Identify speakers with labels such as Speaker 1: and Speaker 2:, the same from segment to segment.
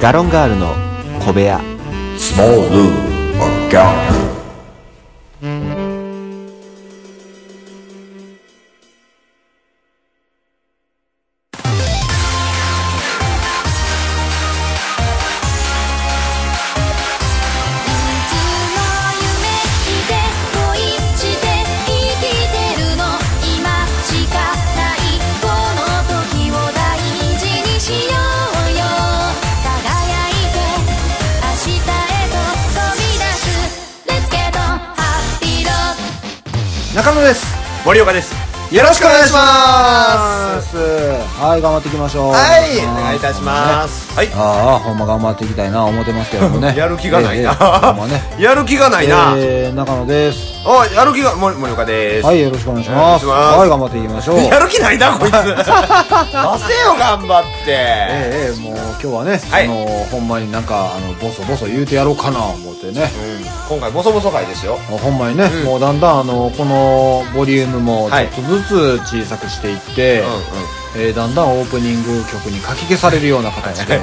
Speaker 1: ガロンガールの小部屋
Speaker 2: Small Lou or Gallo.
Speaker 3: いつも夢見て恋して生きてるの今しかないこの時を大事にしようよ輝いて明日へと飛び出す Let's get on Happy Road
Speaker 4: 中野です
Speaker 5: 森岡です。
Speaker 4: よろしくお願いし
Speaker 5: ま
Speaker 4: ます
Speaker 1: はい頑張っていきましょう
Speaker 4: はいお願いいたします
Speaker 5: はい。
Speaker 1: ああほんま頑張っていきたいな思ってますけどもね
Speaker 5: やる気がない
Speaker 1: えええ
Speaker 5: な
Speaker 1: えほんまね
Speaker 5: やる気がないな。
Speaker 1: えー、中野です
Speaker 5: おいやる気が、森森岡です。
Speaker 1: はいよろしくお願いします
Speaker 5: お願いします
Speaker 1: はい頑張っていきましょう
Speaker 5: やる気ないな、こいつ。
Speaker 4: 出せよ頑張って
Speaker 1: ええええもう今日はね、
Speaker 5: はい
Speaker 1: あのほんまになんかあのボソボソ言うてやろうかな思ってね、
Speaker 5: 今回、ボソボソ会ですよ。
Speaker 1: ほんまにね、
Speaker 5: うん
Speaker 1: もうだんだんあのこのボリュームもち
Speaker 5: はい
Speaker 1: ょっとずつ小さくしていって、
Speaker 5: うんうん
Speaker 1: えーだんだんオープニング曲にかき消されるような形で、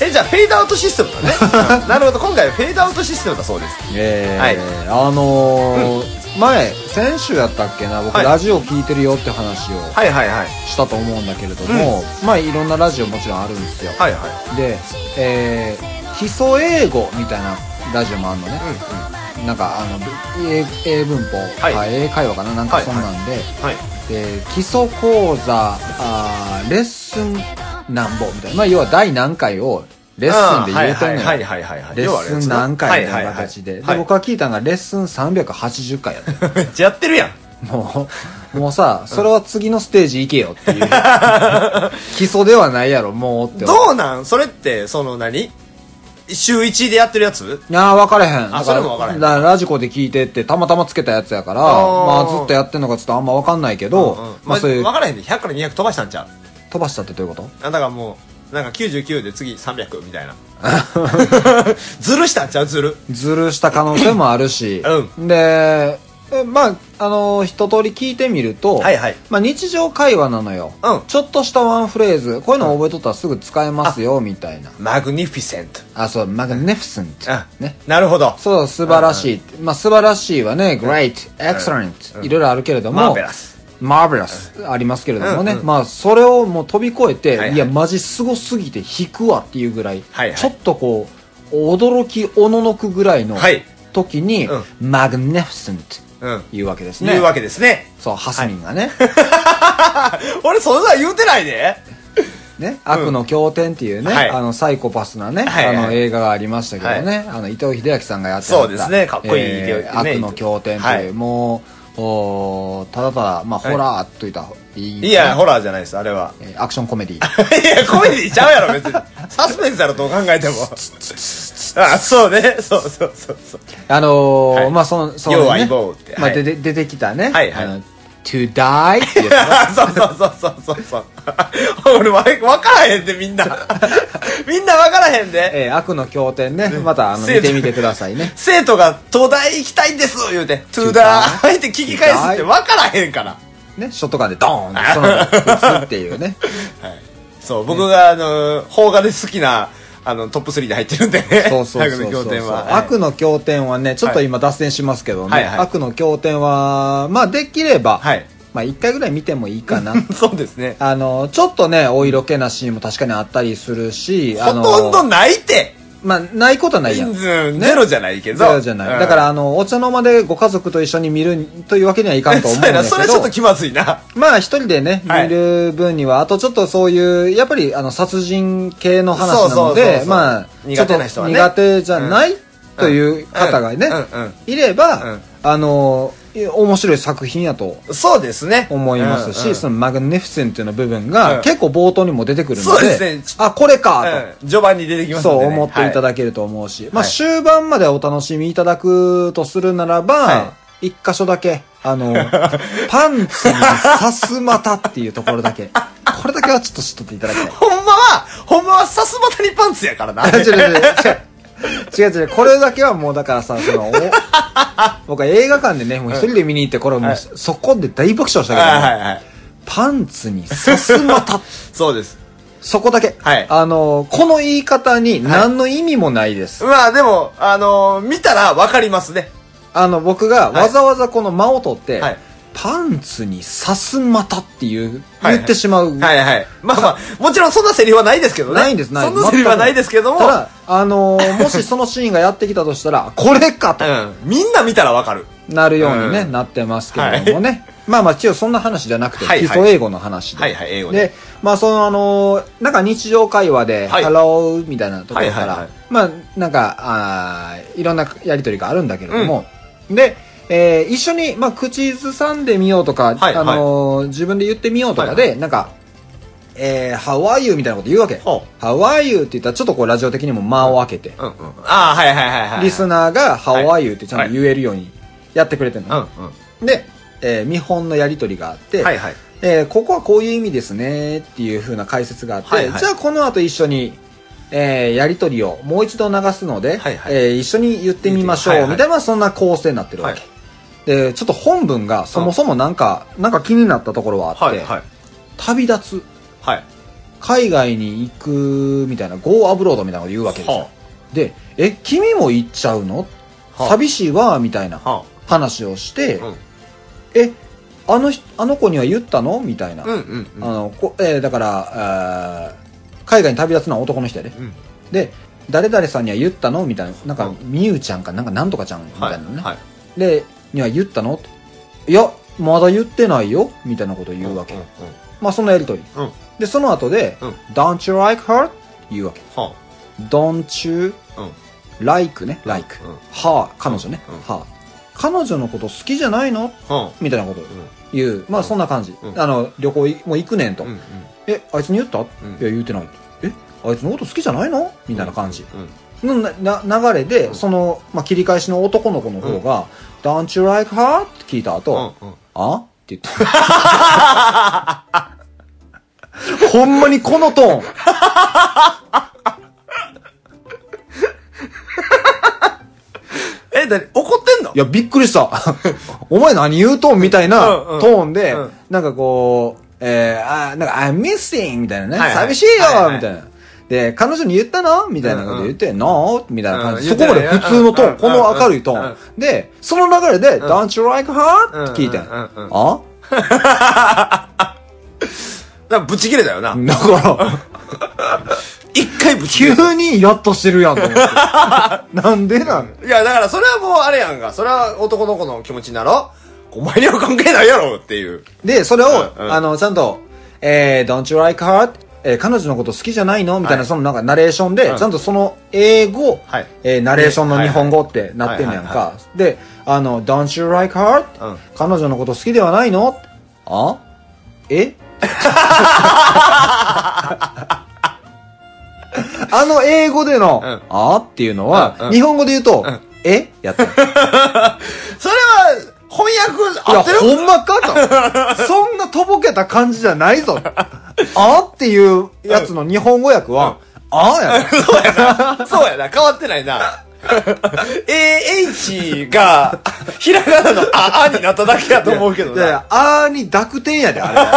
Speaker 5: え、じゃあ、フェードアウトシステムだね。 うんなるほど、今回はフェードアウトシステムだそうです。
Speaker 1: えー
Speaker 5: はい
Speaker 1: あのー前先週やったっけな僕、
Speaker 5: はい
Speaker 1: ラジオ聞いてるよって話を
Speaker 5: はいはいはい。
Speaker 1: したと思うんだけれども、まあいろんなラジオもちろんあるんですよ、
Speaker 5: はいはい。
Speaker 1: で、えー基礎英語みたいなラジオもあるのね、なんかあの英英文法、
Speaker 5: はい
Speaker 1: あ英会話かななんか
Speaker 5: はい
Speaker 1: そんなんで、
Speaker 5: はい。
Speaker 1: で基礎講座あーレッスンなんぼみたいな、まあ、要は第何回をレッスンで言えてんのよ、
Speaker 5: はいはいはいはいはい。
Speaker 1: レ
Speaker 5: 要はあれ
Speaker 1: ッスン何回みたいな形で、
Speaker 5: はいはい
Speaker 1: で
Speaker 5: はい
Speaker 1: 僕が聞いたのがレッスン380回やっ たよ
Speaker 5: はいめっちゃやってるやん。
Speaker 1: もう、もうさ、それは次のステージ行けよっていう。基礎ではないやろ、もうって。
Speaker 5: どうなんそれって、その何週1でやってるやつ
Speaker 1: ああ、分からへん。
Speaker 5: あそれも分からへん
Speaker 1: だらラジコで聞いてって、たまたまつけたやつやから、
Speaker 5: あー
Speaker 1: まあ、ずっとやってんのかちょっとあんま分かんないけ
Speaker 5: うん
Speaker 1: ど、
Speaker 5: うん
Speaker 1: ま
Speaker 5: ま
Speaker 1: あ、
Speaker 5: あ、
Speaker 1: そういう
Speaker 5: 分、からへんで、100から200飛ばしたんちゃう
Speaker 1: 飛ばしたってどういうこと
Speaker 5: あだからもうなんか99で次300みたいなずるしたんちゃうずる
Speaker 1: ずるした可能性もあるし、で、えまあ、あのー一通り聞いてみると、
Speaker 5: はいはい
Speaker 1: まあ、日常会話なのよ、
Speaker 5: うん
Speaker 1: ちょっとしたワンフレーズ、こういうの覚えとったらすぐ使えますよ、みたいな。
Speaker 5: マグニフィセント
Speaker 1: あ、そう、マグネフィセント。
Speaker 5: あ
Speaker 1: ね。
Speaker 5: なるほど
Speaker 1: そう、素晴らしい。まあ、素晴らしいはね、great,
Speaker 5: う
Speaker 1: excellent,
Speaker 5: ん
Speaker 1: いろいろあるけれども、
Speaker 5: マーベラス。
Speaker 1: マーベラスありますけれどもね
Speaker 5: う、んうん
Speaker 1: まあ、それをもう飛び越え
Speaker 5: いは
Speaker 1: て、
Speaker 5: い
Speaker 1: いや、マジすごすぎて引くわっていうぐらい
Speaker 5: はいは、い
Speaker 1: ちょっとこう、驚きおののくぐらいの
Speaker 5: はい
Speaker 1: 時に
Speaker 5: うん、
Speaker 1: マグネフィセント
Speaker 5: うん
Speaker 1: 言うわけですね
Speaker 5: 言う。わけですね
Speaker 1: そう、ハスミンがね、
Speaker 5: 俺そんなん言うてないで
Speaker 1: ね、悪の経典っていうね、
Speaker 5: はい
Speaker 1: あの、サイコパスなね、
Speaker 5: はいはい
Speaker 1: あの、映画がありましたけどね、あの、伊藤英明さんがやってはった
Speaker 5: そうですねかっこいい
Speaker 1: えー
Speaker 5: 伊藤ね
Speaker 1: 悪の経典という、
Speaker 5: はい
Speaker 1: もう、おーただただ、まあ、ホラーといった方いい、
Speaker 5: いやホラーじゃないですあれは
Speaker 1: えーアクションコメディ
Speaker 5: いやコメディちゃうやろ別にサスペンスやろどう考えてもあそうねそうそうそうそう
Speaker 1: あのー
Speaker 5: はい
Speaker 1: まあ、その、その、
Speaker 5: 要はイボーって
Speaker 1: まあ、
Speaker 5: はい
Speaker 1: でで出てきたね、
Speaker 5: はいはい
Speaker 1: あの、to die って いう
Speaker 5: そうそうそうそうそうそう俺わ分からへんで みんなみんな分からへんで
Speaker 1: えー悪の経典ね、また、あの、
Speaker 5: 生
Speaker 1: 見
Speaker 5: 徒
Speaker 1: てみてくださいね。
Speaker 5: 生徒が東大行きたいんです言うて、トゥーダーって聞き返すって分からへんから。
Speaker 1: ね、ショットガンでドーンっ て、そのまま撃つっていうね。
Speaker 5: そう、僕が、あの、邦画で好きな、あの、トップ3で入ってるんでね。
Speaker 1: そうそうそう
Speaker 5: 悪の
Speaker 1: そう
Speaker 5: 経典は。
Speaker 1: 悪の経典はね、ちょっと今脱線しますけどね、
Speaker 5: はいはい
Speaker 1: 悪の経典は、まあできれば、
Speaker 5: はい
Speaker 1: まあ一回ぐらい見てもいいか な。
Speaker 5: のそうですね。
Speaker 1: あの、ちょっとね、お色気なシーンも確かにあったりするし、
Speaker 5: ほ
Speaker 1: あの、
Speaker 5: とんどないって
Speaker 1: まあないことはないやん。
Speaker 5: 人
Speaker 1: ゼ
Speaker 5: 数ゼロじゃないけど。
Speaker 1: ロじゃない。だから、あの、お茶の間でご家族と一緒に見るというわけにはいか
Speaker 5: うんん、
Speaker 1: と思
Speaker 5: そううん
Speaker 1: だ
Speaker 5: や
Speaker 1: けど。
Speaker 5: な、それちょっと気まずいな。
Speaker 1: まあ一人でね、
Speaker 5: はい
Speaker 1: 見る分には、あとちょっとそういう、やっぱりあの殺人系の話なの
Speaker 5: そうそうそう
Speaker 1: で
Speaker 5: そ、う
Speaker 1: まあ、ちょっ
Speaker 5: 苦手
Speaker 1: と
Speaker 5: な人はね
Speaker 1: 苦手じゃないという方がね
Speaker 5: うんうんうん、
Speaker 1: いれ
Speaker 5: う
Speaker 1: ば
Speaker 5: ん、
Speaker 1: あの、い面白い作品やと
Speaker 5: そうですね。
Speaker 1: 思います
Speaker 5: うんうん
Speaker 1: し、そのマグネフィセントの部分
Speaker 5: う
Speaker 1: が
Speaker 5: ん
Speaker 1: 結構冒頭にも出てくるの
Speaker 5: そうで
Speaker 1: です
Speaker 5: ね、
Speaker 1: あ、これか
Speaker 5: うん序盤に出てき
Speaker 1: と。
Speaker 5: ますんで
Speaker 1: そう
Speaker 5: ね
Speaker 1: 思っていた
Speaker 5: はい
Speaker 1: だけると思うし、まあ
Speaker 5: はい
Speaker 1: 終盤までお楽しみいただくとするならば
Speaker 5: は、
Speaker 1: 一箇所だけ、あ の、パンツに刺す股っていうところだけ、これだけはちょっと知っとっていただきたい。
Speaker 5: ほんまは、ほんまはさすまたにパンツやか らな。
Speaker 1: 違う違う違う違う違う違うこれだけはもうだからさ、その、お僕は映画館でね、もう一人で見に行って、これもうそこで大爆笑したけど、
Speaker 5: はいはいはい。
Speaker 1: パンツに刺す股
Speaker 5: そうです。
Speaker 2: そこだけ。
Speaker 5: はい
Speaker 2: あの、この言い方に何の意味もないです。
Speaker 5: まあでも、あのー見たらわかりますね。
Speaker 2: あの、僕がわざわざこの間を取って、
Speaker 5: はい
Speaker 2: パンツにさすまたっていう、
Speaker 5: はい
Speaker 2: 言ってしまう。
Speaker 5: はいはい。まあまあ、もちろんそんなセリフはないですけどね。
Speaker 2: ないんです、ない
Speaker 5: そ
Speaker 2: で
Speaker 5: ん
Speaker 2: す。
Speaker 5: なセリフはないですけども、
Speaker 2: ただ、あのーもしそのシーンがやってきたとしたら、これかと
Speaker 5: うん。みんな見たらわかる。
Speaker 2: なるようにね、
Speaker 5: うん
Speaker 2: なってますけれどもね。まあまあ、一応そんな話じゃなくて、
Speaker 5: はいはい
Speaker 2: 基礎英語の話で。
Speaker 5: はいはい、英語で。
Speaker 2: で、まあ、その、あのーなんか日常会話で、
Speaker 5: はい
Speaker 2: ハローみたいなところか
Speaker 5: はいはいは
Speaker 2: ら
Speaker 5: い、
Speaker 2: まあ、なんか、あーいろんなやりとりがあるんだけれども、で、えー一緒に、まあ、口ずさんでみようとか、
Speaker 5: はいはい
Speaker 2: あのー自分で言ってみようとかで、
Speaker 5: はい
Speaker 2: なんか、えー、How are you? みたいなこと言うわけ。
Speaker 5: ほ
Speaker 2: How are you? って言ったら、ちょっとこう、ラジオ的にも間を空けて、
Speaker 5: うんうん。ああ、はいはいはいはい。
Speaker 2: リスナーが How
Speaker 5: は
Speaker 2: are you? ってちゃんと言えるようにやってくれてる
Speaker 5: うんう
Speaker 2: の。
Speaker 5: ん。
Speaker 2: で、えー見本のやりとりがあって、
Speaker 5: はいはい。
Speaker 2: えーここはこういう意味ですねっていう風な解説があって、
Speaker 5: はいはい
Speaker 2: じゃあこの後一緒に、えーやりとりをもう一度流すので、
Speaker 5: はいはい
Speaker 2: えー一緒に言ってみましょう、
Speaker 5: はいはい
Speaker 2: みたいなそんな構成になってるわけ、
Speaker 5: はい
Speaker 2: でちょっと本文がそもそもなんか、なんか気になったところはあって、
Speaker 5: はいはい。
Speaker 2: 旅立つ
Speaker 5: はい。
Speaker 2: 海外に行くみたいな Go アブロードみたいなこと言うわけですよ、
Speaker 5: は
Speaker 2: で「え君も行っちゃうの
Speaker 5: はあ
Speaker 2: 寂しいわ」みたいな
Speaker 5: あは
Speaker 2: 話をして「
Speaker 5: うん
Speaker 2: えあの人あの子には言ったの?」みたいな、
Speaker 5: あ。うんうんうん。
Speaker 2: あのこえーだから、あー海外に旅立つのは男の人やで。
Speaker 5: うん
Speaker 2: で、誰々さんには言ったのみたいな。なんか、
Speaker 5: うん
Speaker 2: みゆちゃんか、なんかなんとかちゃんみたいな
Speaker 5: は
Speaker 2: いのね。
Speaker 5: はい。
Speaker 2: で、には言ったのいや、まだ言ってないよみたいなことを言うわけ。
Speaker 5: んん
Speaker 2: まあ、そんなやりとり。
Speaker 5: うん。うん。
Speaker 2: で、その後で、
Speaker 5: うん
Speaker 2: Don't you like her? 言うわけ。
Speaker 5: は
Speaker 2: Don't you
Speaker 5: あ。うん。
Speaker 2: like ね。like.
Speaker 5: うん
Speaker 2: はあ、彼女ね。
Speaker 5: うん
Speaker 2: はあ。彼女のこと好きじゃないの
Speaker 5: は
Speaker 2: みたいなことを言う。まあ、そんな感じ。
Speaker 5: うん
Speaker 2: あの、旅行いもう行くねんと。
Speaker 5: あ。うんうん。
Speaker 2: えあいつに言った、
Speaker 5: ん
Speaker 2: いや言うてないえあいつのこと好きじゃないのみたいな感じ、
Speaker 5: うん。
Speaker 2: のなな流れで、その、まあ、切り返しの男の子の方が「Don't you like her?」って聞いた後「
Speaker 5: うんうん
Speaker 2: あって言った ほんまにこのトーン
Speaker 5: え、何怒ってんの
Speaker 2: いやびっくりした お前何言うとんみたいな
Speaker 5: うんうん
Speaker 2: トーンで、
Speaker 5: うん
Speaker 2: なんかこうえー、あーなんか「I'm missing」みたいなね、
Speaker 5: はいはい
Speaker 2: 寂しいよ、
Speaker 5: はいはい
Speaker 2: みたいなで彼女に言ったのみたいなこと言って「No」みたいな感じ、
Speaker 5: うん
Speaker 2: そこまで普通のトーン、
Speaker 5: うん
Speaker 2: この明るいトーン、
Speaker 5: うん
Speaker 2: でその流れで「
Speaker 5: ん
Speaker 2: Don't you like her?」って聞いて、
Speaker 5: うんうんうんうん
Speaker 2: あ
Speaker 5: なんかブチ切れだよな。
Speaker 2: だから
Speaker 5: 一回ブチ切れた。
Speaker 2: 急にやっとしてるやんと 思ってなんでなん
Speaker 5: いや、だからそれはもうあれやんか。それは男の子の気持ちになろお前には関係ないやろっていう。
Speaker 2: でそれを、
Speaker 5: うんうん
Speaker 2: あのちゃんと「えー、Don't you like her?」えー彼女のこと好きじゃないのみたいな、
Speaker 5: はい
Speaker 2: そのなんかナレーションで、
Speaker 5: うん
Speaker 2: ちゃんとその英語、
Speaker 5: はい
Speaker 2: えーナレーションの日本語ってなってんねやん
Speaker 5: はいはい
Speaker 2: か。で、あの、Don't you like her?、
Speaker 5: うん
Speaker 2: 彼女のこと好きではないのあ えあの英語での、
Speaker 5: うん
Speaker 2: あっていうのは、
Speaker 5: うんうん
Speaker 2: 日本語で言うと、
Speaker 5: うん
Speaker 2: えや った。い
Speaker 5: それは、翻訳合
Speaker 2: や、
Speaker 5: ってる
Speaker 2: ほんま かと。そんなとぼけた感じじゃないぞ。あっていうやつの日本語訳は、あやね
Speaker 5: そうやな。変わってないな。AH が、ひらがなのあ、あになっただけやと思うけど
Speaker 2: いやい
Speaker 5: な。
Speaker 2: や、あーに濁点やで、 あれは。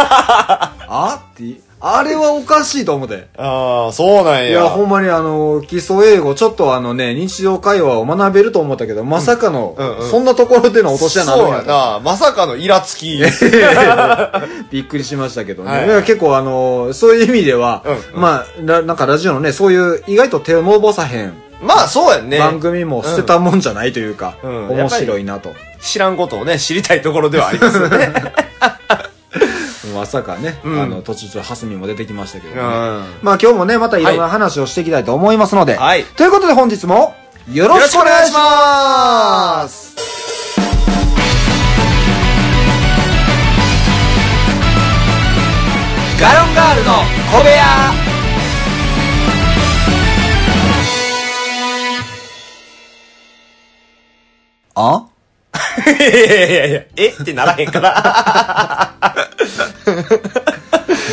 Speaker 2: あーって、あれはおかしいと思って。
Speaker 5: ああ、そうなんや。
Speaker 2: いや、ほんまにあの、基礎英語、ちょっとあのね、日常会話を学べると思ったけど、まさかの、
Speaker 5: うんうん
Speaker 2: そんなところでの落とし穴あるん
Speaker 5: そう
Speaker 2: や
Speaker 5: や
Speaker 2: と
Speaker 5: な。まさかのイラつき。
Speaker 2: びっくりしましたけどね。
Speaker 5: はい
Speaker 2: いや結構あの、そういう意味では、
Speaker 5: うんうん
Speaker 2: まあな、なんかラジオのね、そういう意外と手を伸ばさへん
Speaker 5: まあ、そうやんね。
Speaker 2: 番組も捨てたもんじゃないというか、
Speaker 5: うんうん
Speaker 2: 面白いなと。
Speaker 5: 知らんことをね、知りたいところではありますよ ね。
Speaker 2: まさかね、
Speaker 5: うん
Speaker 2: あの、途中ちょっとハスミも出てきましたけど
Speaker 5: う
Speaker 2: ね。
Speaker 5: ん。
Speaker 2: まあ今日もね、またいろんな話をしていきたいと思いますので。
Speaker 5: はい
Speaker 2: ということで本日も、よろしくお願いします
Speaker 5: ガロンガールの小部屋
Speaker 2: あ
Speaker 5: いやいやいやいや、 えってならへんから。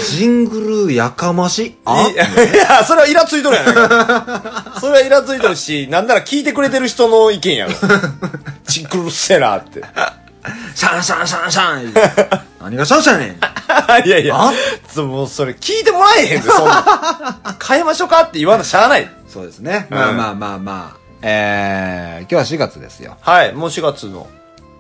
Speaker 2: ジングルやかましいあ
Speaker 5: いや、それはイラついとるやないか。 それはイラ ついとるし、なんなら聞いてくれてる人の意見やろ。ちっくるせえなって。
Speaker 2: シャンシャンシャンシャン言う て何がシャンシャンやねん
Speaker 5: いやいや
Speaker 2: あ、
Speaker 5: そうもうそれ聞いてもらえへんぜ、そん なん。変えましょうかって言わなしゃあない。
Speaker 2: そうですね。まあまあまあまあ。えー、今日は4月ですよ。
Speaker 5: はい、もう4月の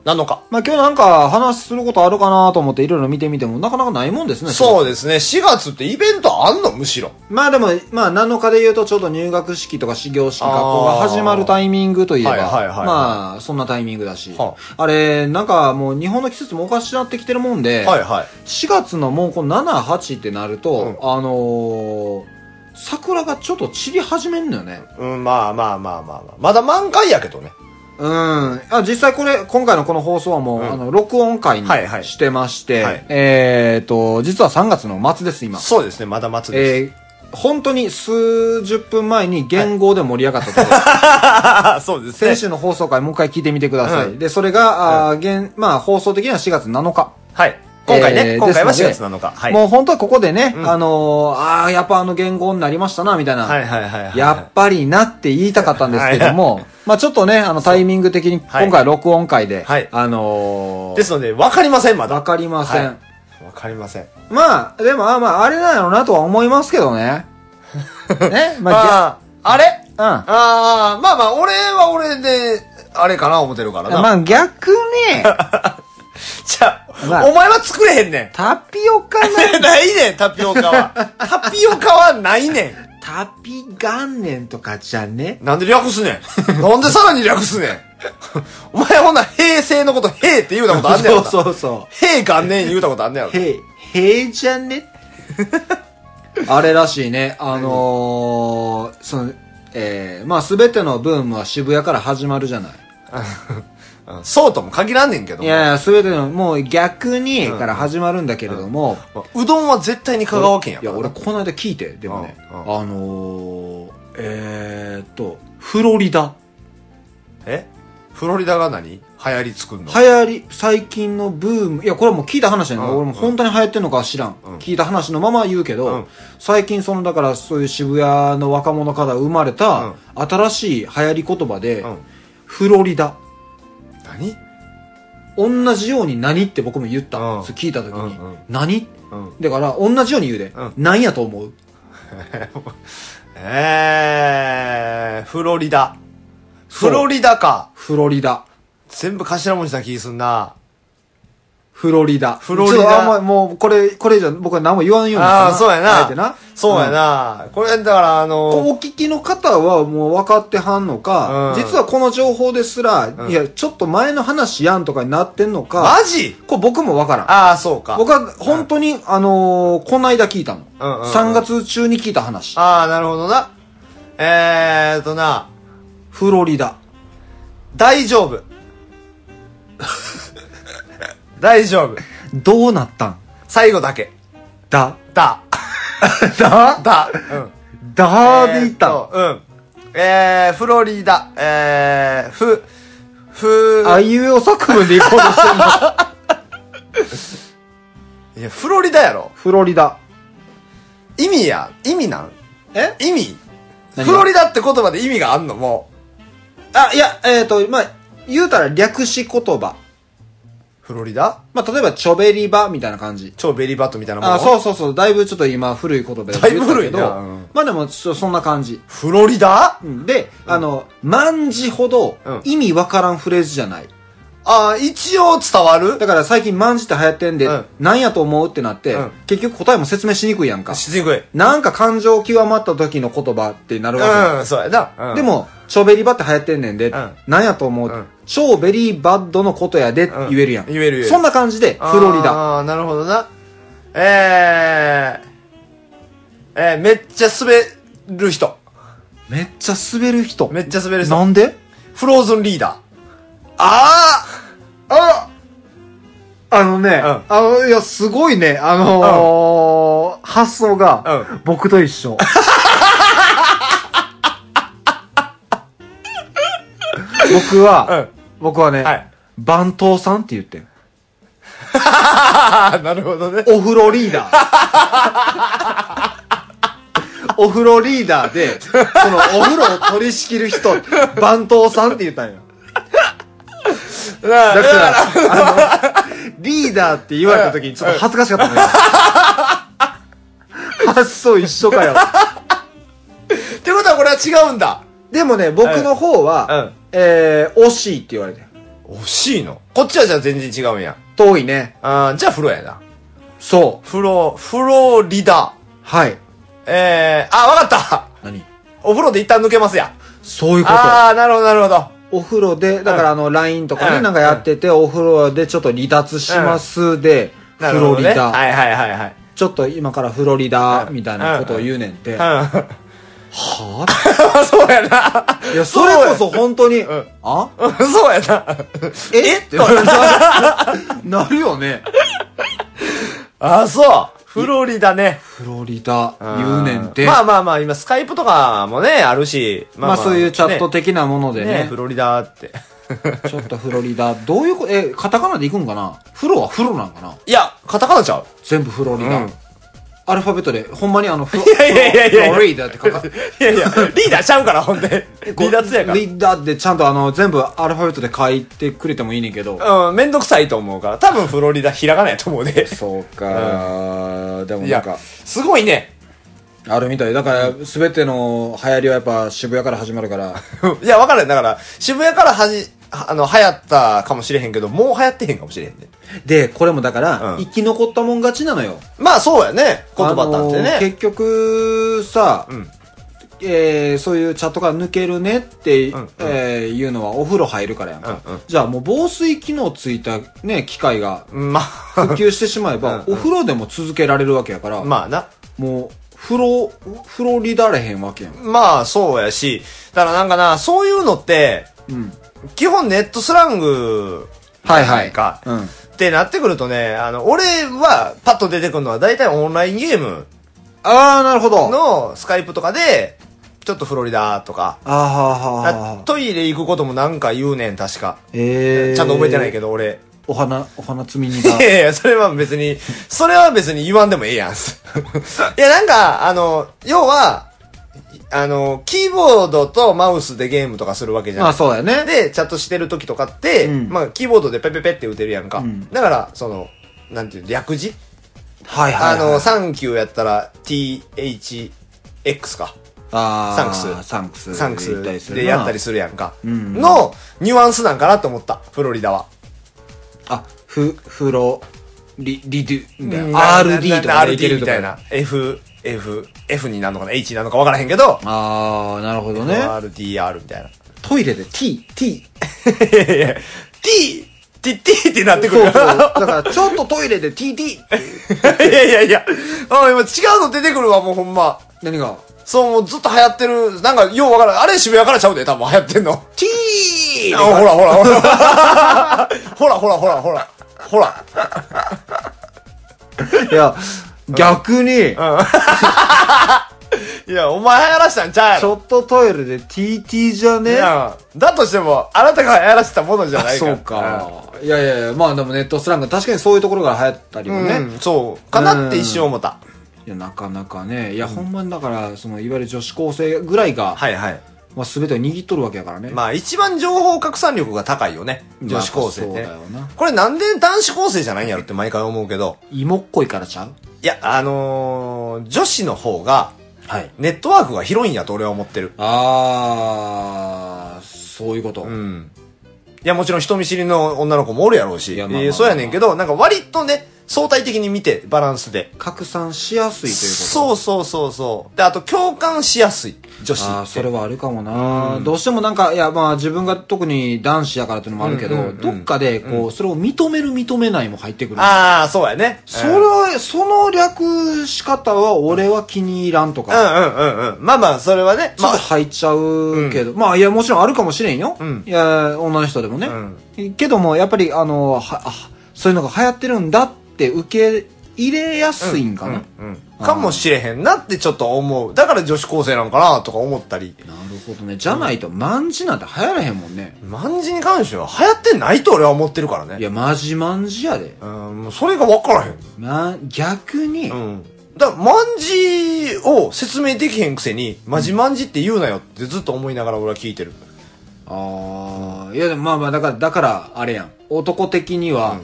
Speaker 5: 7日。
Speaker 2: まあ今日なんか話することあるかなと思っていろいろ見てみてもなかなかないもんですね。。
Speaker 5: そううですね、4月ってイベントあんのむしろ。
Speaker 2: まあでも、まあ7日で言うとちょうど入学式とか始業式学校が始まるタイミングといえば、
Speaker 5: あーはいはいはいはい
Speaker 2: まあそんなタイミングだし、
Speaker 5: は
Speaker 2: あれ、なんかもう日本の季節もおかしくなってきてるもんで、
Speaker 5: はいはい。
Speaker 2: 4月のもうこの7、8ってなると、あのー、桜がちょっと散り始めんのよね。
Speaker 5: うん、まあまあまあまあまあ。まだ満開やけどね。
Speaker 2: うん。あ、実際これ、今回のこの放送はもう、あの、録音会に
Speaker 5: はいはい
Speaker 2: してまして、
Speaker 5: はい
Speaker 2: えっと、実は3月の末です、今。
Speaker 5: そうですね、まだ待つです。
Speaker 2: えー本当に数十分前に言語で盛り上がったところ、
Speaker 5: ああ、 そうですね
Speaker 2: 先。週の放送回もう一回聞いてみてください。
Speaker 5: うん
Speaker 2: で、それが、あー現まあ、放送的には4月7日。
Speaker 5: はい。今回ね、
Speaker 2: えー
Speaker 5: 今回は
Speaker 2: です
Speaker 5: 4
Speaker 2: ので
Speaker 5: 月7日。はい。
Speaker 2: もう本当はここでね、
Speaker 5: ん
Speaker 2: あのーああ、やっぱあの言語になりましたな、みたいな。
Speaker 5: はいはいはいはい。
Speaker 2: やっぱりなって言いたかったんですけども、まあちょっとね、あのタイミング的に
Speaker 5: はい
Speaker 2: 今回録音会で、
Speaker 5: はい
Speaker 2: あのー
Speaker 5: ですので、わかりません、まだ。
Speaker 2: わかりません。
Speaker 5: はわかりません。
Speaker 2: まあ、でも、あまあ、あれなのなとは思いますけどね。ね、まあ、
Speaker 5: まあ、あれ
Speaker 2: ぎゃ
Speaker 5: ああ、まあまあ、俺は俺で、あれかな思ってるから
Speaker 2: うん。
Speaker 5: な。
Speaker 2: まあ、逆ね、
Speaker 5: じゃあ、
Speaker 2: まあ
Speaker 5: お前は作れへんねん。
Speaker 2: タピオカな、
Speaker 5: ないねん、タピオカは。 タピオカはないね
Speaker 2: タピ元年とかじゃね
Speaker 5: ん。。なんで略すねん。なんでさらに略すねん。 お前ほんな平成のこと平って言うたことあんねん。
Speaker 2: そ うそうそう。
Speaker 5: 平元年言うたことあんねん。
Speaker 2: へい、へいじゃねあれらしいね。あのー、その、えー、まあ、すべてのブームは渋谷から始まるじゃない。
Speaker 5: うんそうとも限らんねんけど
Speaker 2: い。やいや、すべての、もう逆にから始まるんだけれども。
Speaker 5: うどんは絶対に香川県や
Speaker 2: い
Speaker 5: か
Speaker 2: や、
Speaker 5: らな。
Speaker 2: 俺この間聞いて、でもね、
Speaker 5: うん
Speaker 2: あ
Speaker 5: う
Speaker 2: のー、えーっと、フロリダ。
Speaker 5: えフロリダが何流行り作んの
Speaker 2: 流行り、最近のブーム、いや、これはもう聞いた話やね、
Speaker 5: うん
Speaker 2: 俺も本当に流行ってんのかは知らん,、
Speaker 5: ん
Speaker 2: 聞いた話のまま言うけど、
Speaker 5: うん
Speaker 2: 最近その、だからそういう渋谷の若者から生まれた、新しい流行り言葉で、
Speaker 5: うん
Speaker 2: フロリダ。
Speaker 5: 何
Speaker 2: 同じように何って僕も言った。
Speaker 5: うん
Speaker 2: それ聞いた時に、
Speaker 5: うんうん
Speaker 2: 何
Speaker 5: うん。
Speaker 2: だから、同じように言うで、
Speaker 5: うん
Speaker 2: 何やと思う
Speaker 5: えー、フロリダ。フロリダか。
Speaker 2: フロリダ。
Speaker 5: 全部頭文字な気すんな。
Speaker 2: フロリダ。
Speaker 5: フロリダ
Speaker 2: ちょっとあんまりもう、これ、これ以上僕は何も言わんように
Speaker 5: ああ、
Speaker 2: した
Speaker 5: そうや
Speaker 2: あえて
Speaker 5: な
Speaker 2: な。。
Speaker 5: そうやな。これ、だから、あ
Speaker 2: こう
Speaker 5: の、
Speaker 2: お聞きの方はもう分かってはんのか、
Speaker 5: うん
Speaker 2: 実はこの情報ですら、いや、ちょっと前の話やんとかになってんのか、
Speaker 5: マジ
Speaker 2: これ僕も分からん。
Speaker 5: ああ、そうか。
Speaker 2: 僕は本当に、あのーこの間聞いたの。
Speaker 5: うんうんうん
Speaker 2: 3月中に聞いた話。
Speaker 5: ああ、なるほどな。えーっとな、
Speaker 2: フロリダ。
Speaker 5: 大丈夫。 大丈夫。
Speaker 2: どうなったん
Speaker 5: 最後だけ。
Speaker 2: だ。
Speaker 5: だ。
Speaker 2: だ
Speaker 5: だ。うん。
Speaker 2: だでいった
Speaker 5: えー
Speaker 2: の
Speaker 5: っとうん。えー、フロリダ。えー、ふ、ふ、
Speaker 2: あいうえお作文で行こうと してんの。
Speaker 5: いや、フロリダやろ。
Speaker 2: フロリダ。
Speaker 5: 意味や、意味なん
Speaker 2: え
Speaker 5: 意味
Speaker 2: 何
Speaker 5: フ
Speaker 2: が
Speaker 5: ロリダって言葉で意味があんのもう。
Speaker 2: あ、いや、えっ、と、まあ、言うたら略し言葉。
Speaker 5: フロリダ
Speaker 2: まあ、例えば、チョベリバみたいな感じ。
Speaker 5: 超ベリーバットみたいなもの
Speaker 2: あ、そうそうそう。だいぶちょっと今、古い言葉で言った
Speaker 5: だい
Speaker 2: け
Speaker 5: ぶ
Speaker 2: ど。
Speaker 5: 古いなうん
Speaker 2: まあでも、そそんな感じ。
Speaker 5: フロリダ
Speaker 2: うんで、あの、万字ほど
Speaker 5: うん
Speaker 2: 意味わからんフレーズじゃない。
Speaker 5: ああ、一応伝わる
Speaker 2: だから最近万字って流行ってんで、
Speaker 5: うん
Speaker 2: なんやと思うってなって、
Speaker 5: うん
Speaker 2: 結局答えも説明しにくいやんか。
Speaker 5: しにくい。
Speaker 2: なんか感情極まった時の言葉ってなるわ
Speaker 5: うん、そうやな。
Speaker 2: け。
Speaker 5: うん
Speaker 2: で、も、チョベリバって流行ってんねんで、
Speaker 5: ん
Speaker 2: なんやと思う、
Speaker 5: ん
Speaker 2: 超ベリーバッドのことやでって言えるやん。
Speaker 5: うん言える言える
Speaker 2: そんな感じで、フロリダ。
Speaker 5: ああ、なるほどな。えー、えー、めっちゃ滑る人。
Speaker 2: めっちゃ滑る人。
Speaker 5: めっちゃ滑る
Speaker 2: な
Speaker 5: 人。
Speaker 2: んで
Speaker 5: フローズンリーダー。あああ
Speaker 2: あのね、あの、いや、すごいね、あのー発想が、
Speaker 5: う
Speaker 2: 僕と一緒。僕は、
Speaker 5: うん
Speaker 2: 僕はね、
Speaker 5: はい
Speaker 2: 番頭さんって言ってん
Speaker 5: ああ、なるほどね。
Speaker 2: お風呂リーダー。 お風呂リーダーで、そのお風呂を取り仕切る人、番頭さんって言ったんよ。だから、あの、リーダーって言われた時にちょっと恥ずかしかったね。発想一緒かよ。
Speaker 5: ってことはこれは違うんだ
Speaker 2: でもね、僕の方は、えー、惜しいって言われて。
Speaker 5: 惜しいのこっちはじゃあ全然違うんや
Speaker 2: 遠いね。
Speaker 5: あーじゃあ風呂やな
Speaker 2: そう。
Speaker 5: 風呂風呂リダ
Speaker 2: はい。
Speaker 5: ーえー、あわかった
Speaker 2: 何
Speaker 5: お風呂で一旦抜けますや
Speaker 2: そういうこと。
Speaker 5: ああなるほどなるほど
Speaker 2: お風呂で、だからあの、LINE とか
Speaker 5: う
Speaker 2: ね、
Speaker 5: ん
Speaker 2: なんかやってて、お風呂でちょっと離脱しますで、
Speaker 5: な
Speaker 2: フ
Speaker 5: る
Speaker 2: ロ
Speaker 5: ほど
Speaker 2: リ
Speaker 5: ね
Speaker 2: ダ。
Speaker 5: はいはいはいはい
Speaker 2: ちょっと今からフロリダ、みたいなことを言うねんて。はぁ
Speaker 5: うん そうやない
Speaker 2: や、それこそ本当に、あ
Speaker 5: うんそうやな
Speaker 2: えってななるよね。
Speaker 5: あそうフロリダね
Speaker 2: フロリダ、言うねんて。
Speaker 5: まあ
Speaker 2: ま
Speaker 5: まあまあ今スカイプとかもねあるしま
Speaker 2: あそういうチャット
Speaker 5: ね
Speaker 2: 的なもので
Speaker 5: ね
Speaker 2: ね
Speaker 5: フ。ロリダって
Speaker 2: ちょっとフロリダ、どういうこ、え、カタカナで行くんかなフロはフロなんかない
Speaker 5: やカタカナちゃう
Speaker 2: 全部フロリ
Speaker 5: う
Speaker 2: ダ
Speaker 5: ん。
Speaker 2: アルファベットで、ほんまにあの、フロ、
Speaker 5: やいやいやいや
Speaker 2: フロリダって書か
Speaker 5: いやいや リーダーちゃうからほんで離脱やから
Speaker 2: リーダーってちゃんとあの、全部アルファベットで書いてくれてもいいねんけど。
Speaker 5: うん、めんどくさいと思うから。多分フロリダ開かないと思 うで。
Speaker 2: そうか、でもな
Speaker 5: い
Speaker 2: ん
Speaker 5: や
Speaker 2: か、、
Speaker 5: すごいね。
Speaker 2: あるみたい。だから、すべての流行りはやっぱ渋谷から始まるから、
Speaker 5: いや、わかる。だから、渋谷からはじ、あの、流行ったかもしれへんけど、もう流行ってへんかもしれへんね。
Speaker 2: で、これもだから、
Speaker 5: う
Speaker 2: 生
Speaker 5: ん
Speaker 2: き残ったもん勝ちなのよ。
Speaker 5: まあ、そうやね。言葉だって
Speaker 2: あのー
Speaker 5: ね。
Speaker 2: 結局、さ、
Speaker 5: ん
Speaker 2: えーそういうチャットから抜けるねって、
Speaker 5: んうん
Speaker 2: えーいうのはお風呂入るからやんか。
Speaker 5: うんうん
Speaker 2: じゃあもう防水機能ついたね、機械が
Speaker 5: うんま
Speaker 2: 普
Speaker 5: あ、
Speaker 2: 及してしまえば、お風呂でも続けられるわけやから、
Speaker 5: まあ な。
Speaker 2: もう、風呂、風呂りだれへんわけやん。
Speaker 5: まあ、そうやし。だからなんかな、そういうのって、
Speaker 2: うん。
Speaker 5: 基本ネットスラング、
Speaker 2: はいはい
Speaker 5: か、
Speaker 2: うん
Speaker 5: ってなってくるとね、あの、俺は、パッと出てくるのは、大体オンラインゲーム
Speaker 2: ああ、なるほど。
Speaker 5: のスカイプとかで、ちょっとフロリダとか、
Speaker 2: ああはーはー
Speaker 5: あ
Speaker 2: はー。
Speaker 5: トイレ行くこともなんか言うねん、確か。
Speaker 2: えー、
Speaker 5: ちゃんと覚えてないけど、俺。
Speaker 2: お花、お花摘みに
Speaker 5: い
Speaker 2: だ。
Speaker 5: やいや、それは別に、それは別に言わんでもええやん。い や、なんか、あの、要は、あの、キーボードとマウスでゲームとかするわけじゃ
Speaker 2: ま
Speaker 5: な
Speaker 2: あ
Speaker 5: い。
Speaker 2: そうだよね。
Speaker 5: で、チャットしてる時とかって、
Speaker 2: うん
Speaker 5: まあ、キーボードでペペペって打てるやんか。
Speaker 2: ん
Speaker 5: だから、その、なんていう、略字
Speaker 2: はいは
Speaker 5: あ
Speaker 2: い、はい。
Speaker 5: の、サンキューやったら、THX か。
Speaker 2: あー
Speaker 5: サンクス
Speaker 2: サンクス。
Speaker 5: サンク
Speaker 2: 行ったりす
Speaker 5: ス
Speaker 2: るな
Speaker 5: でやったりするやんか。
Speaker 2: ん
Speaker 5: の、ニュアンスなんかなと思った、フロリダは。
Speaker 2: あ、ふ、風呂、リ、リドゥ、みたい
Speaker 5: うん
Speaker 2: な。
Speaker 5: な
Speaker 2: RD と
Speaker 5: な
Speaker 2: か
Speaker 5: RD
Speaker 2: でいける
Speaker 5: み
Speaker 2: と
Speaker 5: たい
Speaker 2: か。
Speaker 5: な。F、F、F になるのかな ?H になるのか分からへんけど、
Speaker 2: ああ、なるほどね。
Speaker 5: RDR みたいな。
Speaker 2: トイレで T、T。
Speaker 5: いやいや T、T、T ってなってく
Speaker 2: そうそ
Speaker 5: る
Speaker 2: う。だ
Speaker 5: か
Speaker 2: から、ちょっとトイレで TT。
Speaker 5: ら。いやいやいや。あ、今違うの出てくるわ、もうほんま。
Speaker 2: 何が
Speaker 5: そう、もうずっと流行ってる。なんか、よう分からん。あれ渋谷からちゃうで、多分流行ってんの。
Speaker 2: ?T!
Speaker 5: あほらほらほ ら。ほらほらほらほら。ほら。
Speaker 2: いや、逆に、
Speaker 5: いや、お前流行らしたんちゃうや
Speaker 2: ち
Speaker 5: ろ。
Speaker 2: ょっとトイレで TT じゃ
Speaker 5: い
Speaker 2: ね
Speaker 5: や、だとしても、あなたが流行らせたものじゃないか
Speaker 2: そ
Speaker 5: ら。
Speaker 2: うか。いやいやいや、まあでもネットスラング、確かにそういうところが流行ったり
Speaker 5: う
Speaker 2: も
Speaker 5: ん。
Speaker 2: ね。
Speaker 5: うん、そう。かなって一瞬思った。
Speaker 2: いや、なかなかね。いや、ほんまにだから、その、いわゆる女子高生ぐらいが、
Speaker 5: はいはい。
Speaker 2: まあ全てを握っとるわけやからね。
Speaker 5: まあ一番情報拡散力が高いよね。
Speaker 2: まあ
Speaker 5: 女子高生
Speaker 2: そう
Speaker 5: ね
Speaker 2: だよな。
Speaker 5: これなんで男子高生じゃないんやろって毎回思うけど。
Speaker 2: 芋っこいからちゃう
Speaker 5: いや、あのー、女子の方が、
Speaker 2: はい。
Speaker 5: ネットワークが広いんやと俺は思ってる。
Speaker 2: あー、そういうこと。
Speaker 5: うん。いや、もちろん人見知りの女の子もおるやろうし。
Speaker 2: い
Speaker 5: え
Speaker 2: やまあまあ
Speaker 5: ーそうやねんけど、なんか割とね、相対的に見て、バランスで。
Speaker 2: 拡散しやすいということ。
Speaker 5: そうそうそうそう。で、あと共感しやすい。女子って。
Speaker 2: あーそれはあるかもな、どうしてもなんかいやまあ自分が特に男子やからっていうのもあるけど、
Speaker 5: うんうんうん
Speaker 2: どっかでこう、それを認める認めないも入ってくる
Speaker 5: ああ、そうやね。
Speaker 2: それはその略し方は俺は気に入らんと
Speaker 5: う
Speaker 2: か、
Speaker 5: んうんうんうん。まあまあ、それはね。
Speaker 2: ちょ
Speaker 5: ま
Speaker 2: っと
Speaker 5: あ、
Speaker 2: 入っちゃうけど、まあいやもちろんあるかもしれんよ、
Speaker 5: ん
Speaker 2: いや女の人でもね、
Speaker 5: う
Speaker 2: けどもやっぱりあのはあそういうのが流行ってるんだって受け入れやすいんかな、
Speaker 5: うんかもしれへんなってちょっと思う。だから女子高生なんかなとか思ったり。
Speaker 2: なるほどねじゃないとまんじなんて流行らへんもんね
Speaker 5: 万字に関しては流行ってないと俺は思ってるから
Speaker 2: い
Speaker 5: ね。
Speaker 2: やまじまんじやで
Speaker 5: うん、もうそれが分からへん。
Speaker 2: ま、逆に、
Speaker 5: うん。だから、万字を説明できへんくせに、まじまんじって言うなよってずっと思いながら俺は聞いてる。
Speaker 2: ああ、いやでもまあまあ、だから、だから、あれやん。男的には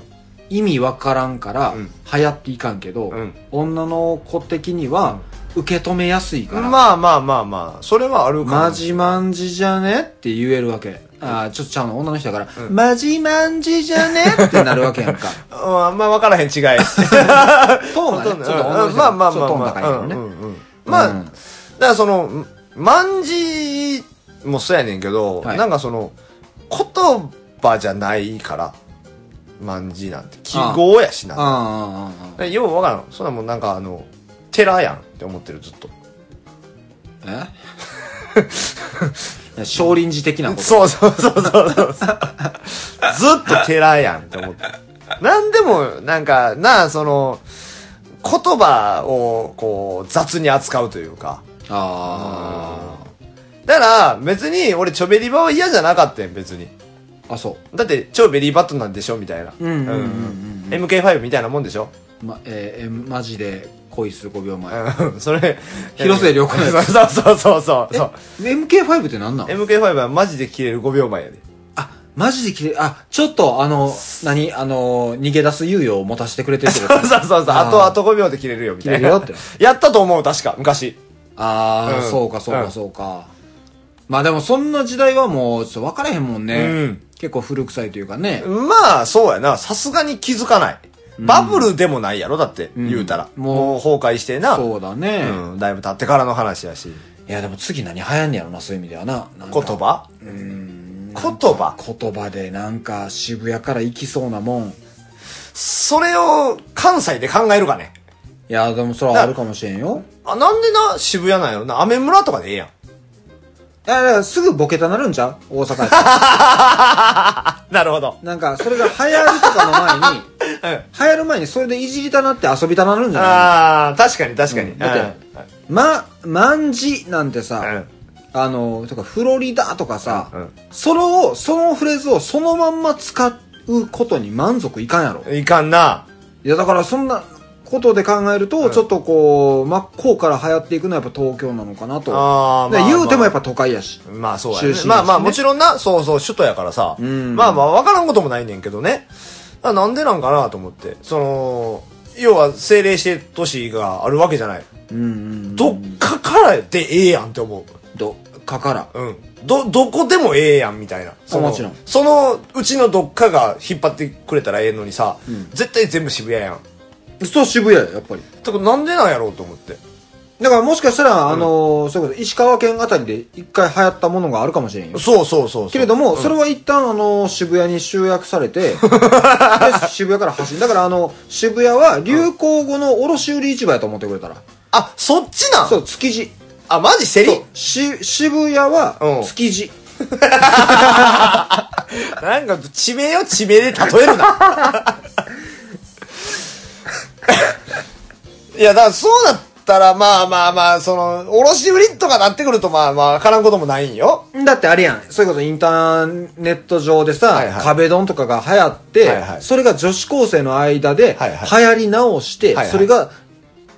Speaker 2: 意味わからんから
Speaker 5: ん
Speaker 2: 流行っていかんけど、
Speaker 5: うん
Speaker 2: 女の子的には受け止めやすいから、
Speaker 5: まあまあまあまあ、それはあるかも。
Speaker 2: マジマンジじゃねって言えるわけ。ああ、ちょっとちゃうの、女の人だから、マジマンジじゃねってなるわけ やんか。
Speaker 5: うんまあ分からへ ん違い。
Speaker 2: トーン
Speaker 5: ほ
Speaker 2: が
Speaker 5: と
Speaker 2: ね
Speaker 5: ん、ど
Speaker 2: ちょっと女の
Speaker 5: うん
Speaker 2: 人
Speaker 5: まあまあまあまあ。
Speaker 2: ちょっとトーン高いからね。
Speaker 5: うんうんうんまあ、
Speaker 2: うん
Speaker 5: だからその、万字もそうやねんけど、
Speaker 2: はい
Speaker 5: なんかその、言葉じゃないから、万字なんて。記号やしな。
Speaker 2: ああ、ああ、ああ。
Speaker 5: ようわからん。そんなもんなんかあの、寺やんって思ってる、ずっと。
Speaker 2: えいや少林寺的なこと。
Speaker 5: そうそうそうそうそう。 ずっと寺やんって思って。なんでも、なんか、なあ、その、言葉を、こう、雑に扱うというか。
Speaker 2: あ
Speaker 5: だから、別に、俺、チョベリバは嫌じゃなかったよ、別に。
Speaker 2: あ。あ、そ
Speaker 5: だって、超ベリーバットなんでしょみたいな。うん
Speaker 2: うんうんうんうん
Speaker 5: MK5 みたいなもんでしょ
Speaker 2: う。ま、えーえーマジで恋する5秒前。
Speaker 5: うんそれ。
Speaker 2: 広末涼子のやつ
Speaker 5: そうそうそうそうそう。
Speaker 2: MK5 ってなんなの
Speaker 5: MK5 はマジで切れる5秒前やで。
Speaker 2: あ、マジで切れ、あ、ちょっと、あの、何あの、逃げ出す猶予を持たせてくれてるってこと
Speaker 5: そうそうそう。あと、あと5秒で切れるよ、みたいな。
Speaker 2: 切れるよって
Speaker 5: やったと思う、確か、昔。
Speaker 2: ああ、
Speaker 5: うん
Speaker 2: そうかそう
Speaker 5: うん
Speaker 2: かそうか。まあでもそんな時代はもうちょっと分からへんもんね。
Speaker 5: うん
Speaker 2: 結構古臭いというかね。
Speaker 5: まあ、そうやな。さすがに気づかない。バブルでもないやろ、だって、言うたら。
Speaker 2: うん
Speaker 5: もう
Speaker 2: も
Speaker 5: 崩壊してな。
Speaker 2: そうだね、
Speaker 5: うん、だいぶ経ってからの話やし。
Speaker 2: いやでも次何流行んねやろな、そういう意味ではな。なんか
Speaker 5: 言葉言葉
Speaker 2: 言葉でなんか渋谷から行きそうなもん。い
Speaker 5: それを関西で考えるかね。
Speaker 2: やでもそれはあるかもしれんよ。
Speaker 5: あ、なんでな、渋谷なんやろな。アメ村とかでええやん。
Speaker 2: いやだからすぐボケたなるんちゃう大阪やったら
Speaker 5: なるほど。
Speaker 2: なんかそれが流行るとかの前 に、
Speaker 5: うん。
Speaker 2: 流行る前にそれでいじりたなって遊びたなるんじゃない
Speaker 5: ああ、確かに確かに。
Speaker 2: うん
Speaker 5: うん
Speaker 2: だってま、まんじなんてさ、
Speaker 5: うん
Speaker 2: あの、とかフロリダとかさ、
Speaker 5: うん
Speaker 2: それを、そのフレーズをそのまんま使うことに満足いかんやろ。
Speaker 5: いかんな。
Speaker 2: いや、だからそんなことで考えると、ちょっとこう、真っ向から流行っていくのはやっぱ東京なのかなと。
Speaker 5: あーまあ
Speaker 2: で言うてもやっぱ都会やし。
Speaker 5: まあそうやね
Speaker 2: 終始やしね
Speaker 5: まあまあもちろんな、そうそう、首都やからさ。
Speaker 2: ん
Speaker 5: まあまあわからんこともないねんけどね。あなんでなんかなと思って。その、要は政令して都市があるわけじゃない。
Speaker 2: うんうん。
Speaker 5: どっかからでええやんって思
Speaker 2: ど、かから。
Speaker 5: う。うん。ど、どこでもええやんみたいな。その
Speaker 2: もちろん
Speaker 5: そのうちのどっかが引っ張ってくれたらええのにさ、絶対全部渋谷やん。
Speaker 2: そう渋谷や、やっぱり。
Speaker 5: だからなんでなんやろうと思って。
Speaker 2: だからもしかしたら、あのーそういうこと、石川県あたりで一回流行ったものがあるかもしれんよ。
Speaker 5: そうそうそうそう。
Speaker 2: けれども、それは一旦、あの、渋谷に集約され て、で渋谷から走る。だから、あの、渋谷は流行語の卸売市場やと思ってくれたら。
Speaker 5: あ、そっちなん
Speaker 2: そう、築地。
Speaker 5: あ、マジセリ
Speaker 2: し、渋谷は
Speaker 5: うん、
Speaker 2: 築地。
Speaker 5: なんか、地名を地名で例える な。いや、だからそうなったら、まあまあまあ、その、卸売りとかなってくると、まあまあ、わからんこともないんよ。
Speaker 2: だってあれやん。そういうこと、インターネット上でさ、
Speaker 5: はいはい
Speaker 2: 壁ドンとかが流行って、
Speaker 5: はいはい
Speaker 2: それが女子高生の間で、
Speaker 5: はいは
Speaker 2: 流行り直して、
Speaker 5: はいはい
Speaker 2: それが、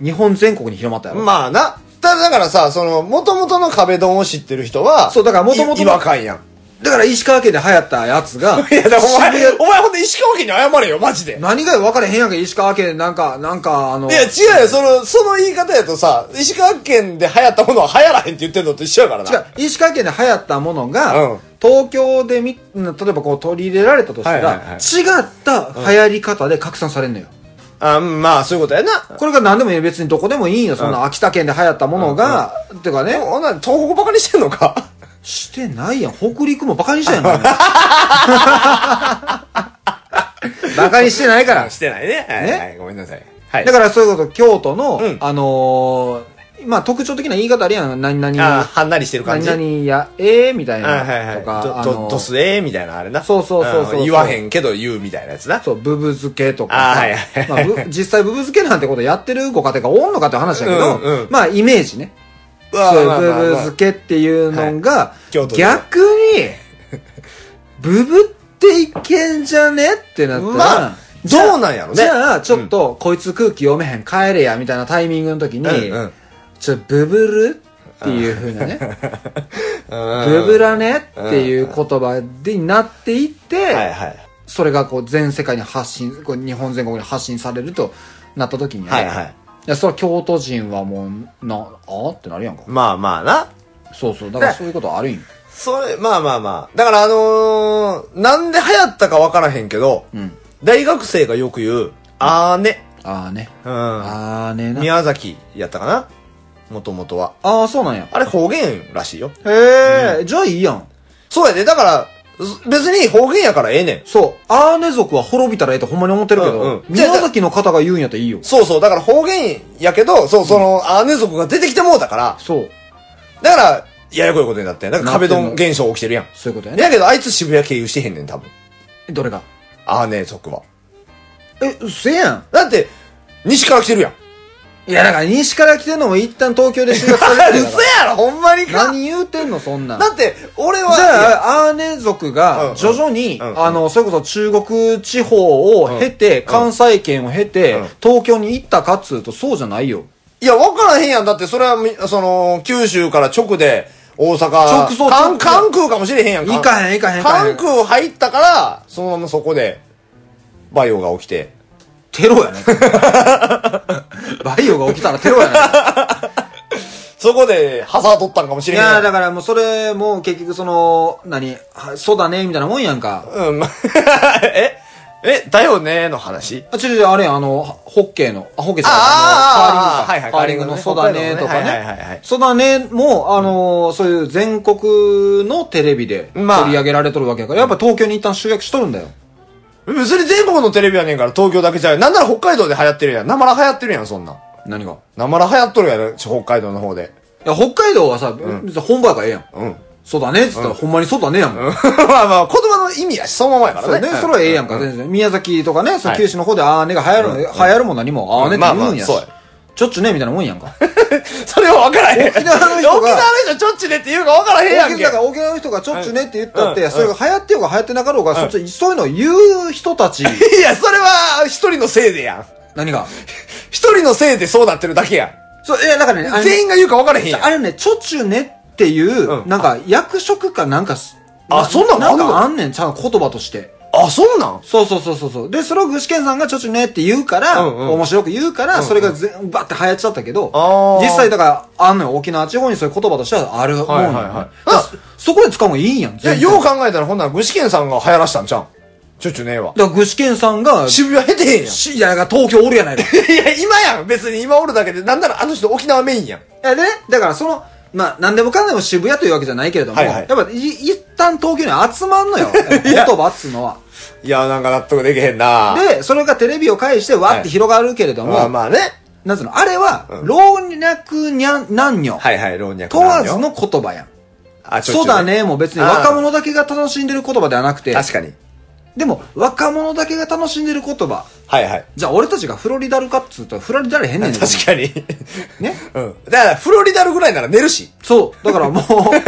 Speaker 2: 日本全国に広まったやろ。
Speaker 5: まあな。ただ、だからさ、その、元々の壁ドンを知ってる人は、
Speaker 2: そうだから元々の
Speaker 5: い違和感やん。
Speaker 2: だから、石川県で流行ったやつが、
Speaker 5: いや、だからお
Speaker 2: 渋
Speaker 5: 前、
Speaker 2: 谷
Speaker 5: お前ほんと石川県に謝れよ、マジで。
Speaker 2: 何がよ分かれへんやんけ、石川県、なんか、なんか、あの、
Speaker 5: いや、違うよ、その、その言い方やとさ、石川県で流行ったものは流行らへんって言ってんのと一緒やからな。
Speaker 2: 違う、石川県で流行ったものが、
Speaker 5: うん
Speaker 2: 東京でみ、例えばこう取り入れられたとしたら、
Speaker 5: はいはいはい
Speaker 2: 違った流行り方で拡散されんのよ。
Speaker 5: あ、うんまあ、そういうことやな。
Speaker 2: これが何でもいいよ別にどこでもいいよ、そんな秋田県で流行ったものが、てか
Speaker 5: え、
Speaker 2: ね、
Speaker 5: おな、東北バカにしてんのか
Speaker 2: してないやん。北陸もバカにしたやん。 バカにしてないから。
Speaker 5: してないね。はい、
Speaker 2: ね
Speaker 5: はいごめんなさい。はい。
Speaker 2: だからそういうこと、京都の、
Speaker 5: うん
Speaker 2: あのーまあ、特徴的な言い方あるやん。何々、
Speaker 5: あーはんなりしてる感
Speaker 2: 何々
Speaker 5: じ。
Speaker 2: や、えー、みたいな。
Speaker 5: あはいはい。
Speaker 2: とか、
Speaker 5: ど
Speaker 2: あ
Speaker 5: ど、
Speaker 2: の
Speaker 5: ど
Speaker 2: ー
Speaker 5: すえーみたいなあれな。
Speaker 2: そうそうそうそうそうん
Speaker 5: 言わへんけど言うみたいなやつな。
Speaker 2: そう、ブブ漬けとか
Speaker 5: あ
Speaker 2: さ。
Speaker 5: はいはい
Speaker 2: まあぶ、実際ブブ漬けなんてことやってるご家庭がおんのかって話だけど、
Speaker 5: うんうん
Speaker 2: まあ、イメージね。
Speaker 5: う
Speaker 2: そういう
Speaker 5: まあまあまあ
Speaker 2: ブブ漬けっていうのが、
Speaker 5: 京都で
Speaker 2: 逆 に、ブブっていけんじゃねってなったら、
Speaker 5: まあ
Speaker 2: じゃあ
Speaker 5: どうなんやろね
Speaker 2: じゃあ、ちょっと、こいつ空気読めへん、帰れや、みたいなタイミングの時に、
Speaker 5: うんうん
Speaker 2: ちょっとブブるっていう風なね、
Speaker 5: うん
Speaker 2: ブブらねっていう言葉でになっていって、
Speaker 5: はいはい。
Speaker 2: それがこう全世界に発信こう日本全国に発信されるとなった時にね、
Speaker 5: はいはい
Speaker 2: やそれは京都人はもうなあってなるやんか
Speaker 5: まあまあな。
Speaker 2: そうそうだからそういうことあるんよ
Speaker 5: それ、まあまあまあ。だからあのー、なんで流行ったかわからへんけど、
Speaker 2: ん
Speaker 5: 大学生がよく言う、あーね。
Speaker 2: ああね
Speaker 5: う
Speaker 2: ああね
Speaker 5: ん。
Speaker 2: な
Speaker 5: 宮崎やったかなもともとは。
Speaker 2: ああそうなんや
Speaker 5: あれ方言らしいよ。
Speaker 2: へえ、じゃあいいやん
Speaker 5: そうやで、だから、す別に方言やからええねん。
Speaker 2: そうあーね族は滅びたらええってほんまに思ってるけど、
Speaker 5: うんうん
Speaker 2: 宮崎の方が言うんやったらいいよ
Speaker 5: そうそう、だから方言やけど、そう、その、アーネ族が出てきてもうだから、
Speaker 2: そう
Speaker 5: だから、ややこいことになってん。だから壁ド
Speaker 2: な
Speaker 5: ン
Speaker 2: って
Speaker 5: 現象起きてるやん。
Speaker 2: そういうことやね
Speaker 5: やけど、あいつ渋谷経由してへんねん、多分。
Speaker 2: どれが
Speaker 5: アーネ族は。
Speaker 2: えうっせえやん
Speaker 5: だって、西から来てるやん。
Speaker 2: い
Speaker 5: う
Speaker 2: やだから西から来てんのも一旦東京で修学さ れてるか
Speaker 5: そ
Speaker 2: ら
Speaker 5: やろ、ほんまにか。
Speaker 2: 何言うてんのそんなん
Speaker 5: だって、俺は、
Speaker 2: じ
Speaker 5: いや
Speaker 2: ゃあ、アーネ族が徐々に、
Speaker 5: うんうん
Speaker 2: あの、それこそ中国地方を経て、関西圏を経て、
Speaker 5: うん
Speaker 2: 東京に行ったかっつうとそうじゃないよ。
Speaker 5: いや、わからへんやん。だって、それはみ、その、九州から直で、大阪、
Speaker 2: 直送
Speaker 5: 関
Speaker 2: 直
Speaker 5: 関空かもしれへんやん
Speaker 2: 行かへん行かへん行かへ
Speaker 5: 関
Speaker 2: ん
Speaker 5: 空入ったから、そのままそこで、バイオが起きて。
Speaker 2: テロや ね。バイオが起きたらテロやね。
Speaker 5: そこで、ハサー取ったんかもし
Speaker 2: い
Speaker 5: れんやん。
Speaker 2: やだからもうそれも結局その、何、はそうだね、みたいなもんやんか。
Speaker 5: うん、 まええ、だよねーの話
Speaker 2: あ、ちょちょ、あれやんあの、ホッケーの、あ、ホッケーじゃない
Speaker 5: あ
Speaker 2: あ
Speaker 5: ー
Speaker 2: の、カーリングか。カーリングの、そう
Speaker 5: はいは
Speaker 2: だ
Speaker 5: い
Speaker 2: ね、とか
Speaker 5: はいはいはいはい
Speaker 2: ね。そうだね、も、あの、そういう全国のテレビで取
Speaker 5: まあ
Speaker 2: り上げられとるわけやから、やっぱ東京に一旦集約しとるんだよ。
Speaker 5: 別に全国のテレビやねんから東京だけじゃうなんなら北海道で流行ってるやん。なまら流行ってるやん、そんなん。
Speaker 2: 何が
Speaker 5: なまら流行っとるやろ、北海道の方で。
Speaker 2: いや、北海道はさ、別に本場やからええやん。
Speaker 5: うん。
Speaker 2: そうだねっつったら、ほんまにそうだねやもん。
Speaker 5: まあまあ、言葉の意味やし、そのままやか
Speaker 2: そう
Speaker 5: ら
Speaker 2: ね
Speaker 5: ね。、
Speaker 2: それはええやんか、全然。宮崎とかね、その
Speaker 5: はい
Speaker 2: 九州の方で、あーねが流行る、流行るも何も、あーねって言うんやし
Speaker 5: まあまあそうや。
Speaker 2: ちょっちゅねみたいなもんやんか。
Speaker 5: それは分からへん。
Speaker 2: 沖縄の人が
Speaker 5: 沖縄の人ちょっちねって言うか分からへんやん
Speaker 2: 沖
Speaker 5: け。
Speaker 2: 縄が沖縄の人がちょっちゅねって言ったっ
Speaker 5: うんう
Speaker 2: て、
Speaker 5: ん
Speaker 2: それが流行ってようが流行ってなかろうが、そっちそういうのを言う人た ち、
Speaker 5: いや、それは一人のせいでやん。
Speaker 2: 何が。
Speaker 5: 一人のせいでそうなってるだけやん。
Speaker 2: そう、いや、だからね、あれ
Speaker 5: 全員が言うか分からへんやん。
Speaker 2: あれね、ちょっちゅねっていうう、
Speaker 5: ん
Speaker 2: なんか役職かなんかす、
Speaker 5: あそんなん
Speaker 2: な
Speaker 5: あん
Speaker 2: ん
Speaker 5: の
Speaker 2: かあんねん、ちゃんと言葉として。
Speaker 5: あ、そうなん
Speaker 2: そうそうそうそうそう。で、それを具志堅さんがちょちょねって言うから、
Speaker 5: うんうん
Speaker 2: 面白く言うから、それがぜバッて流行っちゃったけど
Speaker 5: あ、ー
Speaker 2: 実際だから、あんのよ、沖縄地方にそういう言葉としてはあるもんなのね、
Speaker 5: はいはいはい
Speaker 2: だからそこで使うもんいいんやん。
Speaker 5: いや、
Speaker 2: 全然
Speaker 5: よう考えたらほんなら具志堅さんが流行らしたんじゃん。ちょちょねえわ。
Speaker 2: だから具志堅さんが、し
Speaker 5: 渋谷経てへんやん。
Speaker 2: いや、だから東京おるやないか。い
Speaker 5: いや、今やん別に今おるだけで、なんならあの人沖縄メインやん。
Speaker 2: やね、だからその、まあ、なんでもかんでも渋谷というわけじゃないけれども、
Speaker 5: はいはい
Speaker 2: やっぱい一旦東京に集まんの よ。言葉っつうのは。
Speaker 5: いや、なんか納得できへんな
Speaker 2: で、それがテレビを介してわーって広がるけれども、
Speaker 5: まあまあね。
Speaker 2: なんつうの、あれは、老若にゃなんにょ、
Speaker 5: はいはい、老若
Speaker 2: 問わずの言葉やん。
Speaker 5: あ、ちょちょ
Speaker 2: そうだ。ねも別に
Speaker 5: あー
Speaker 2: 若者だけが楽しんでる言葉ではなくて、
Speaker 5: 確かに。
Speaker 2: でも若者だけが楽しんでる言葉、
Speaker 5: はいはい。
Speaker 2: じゃあ俺たちがフロリダルかっつうとフロリダルへんねんね
Speaker 5: 確かに。
Speaker 2: ね。
Speaker 5: うん。だから、フロリダルぐらいなら寝るし。
Speaker 2: そう。だから もう、お疲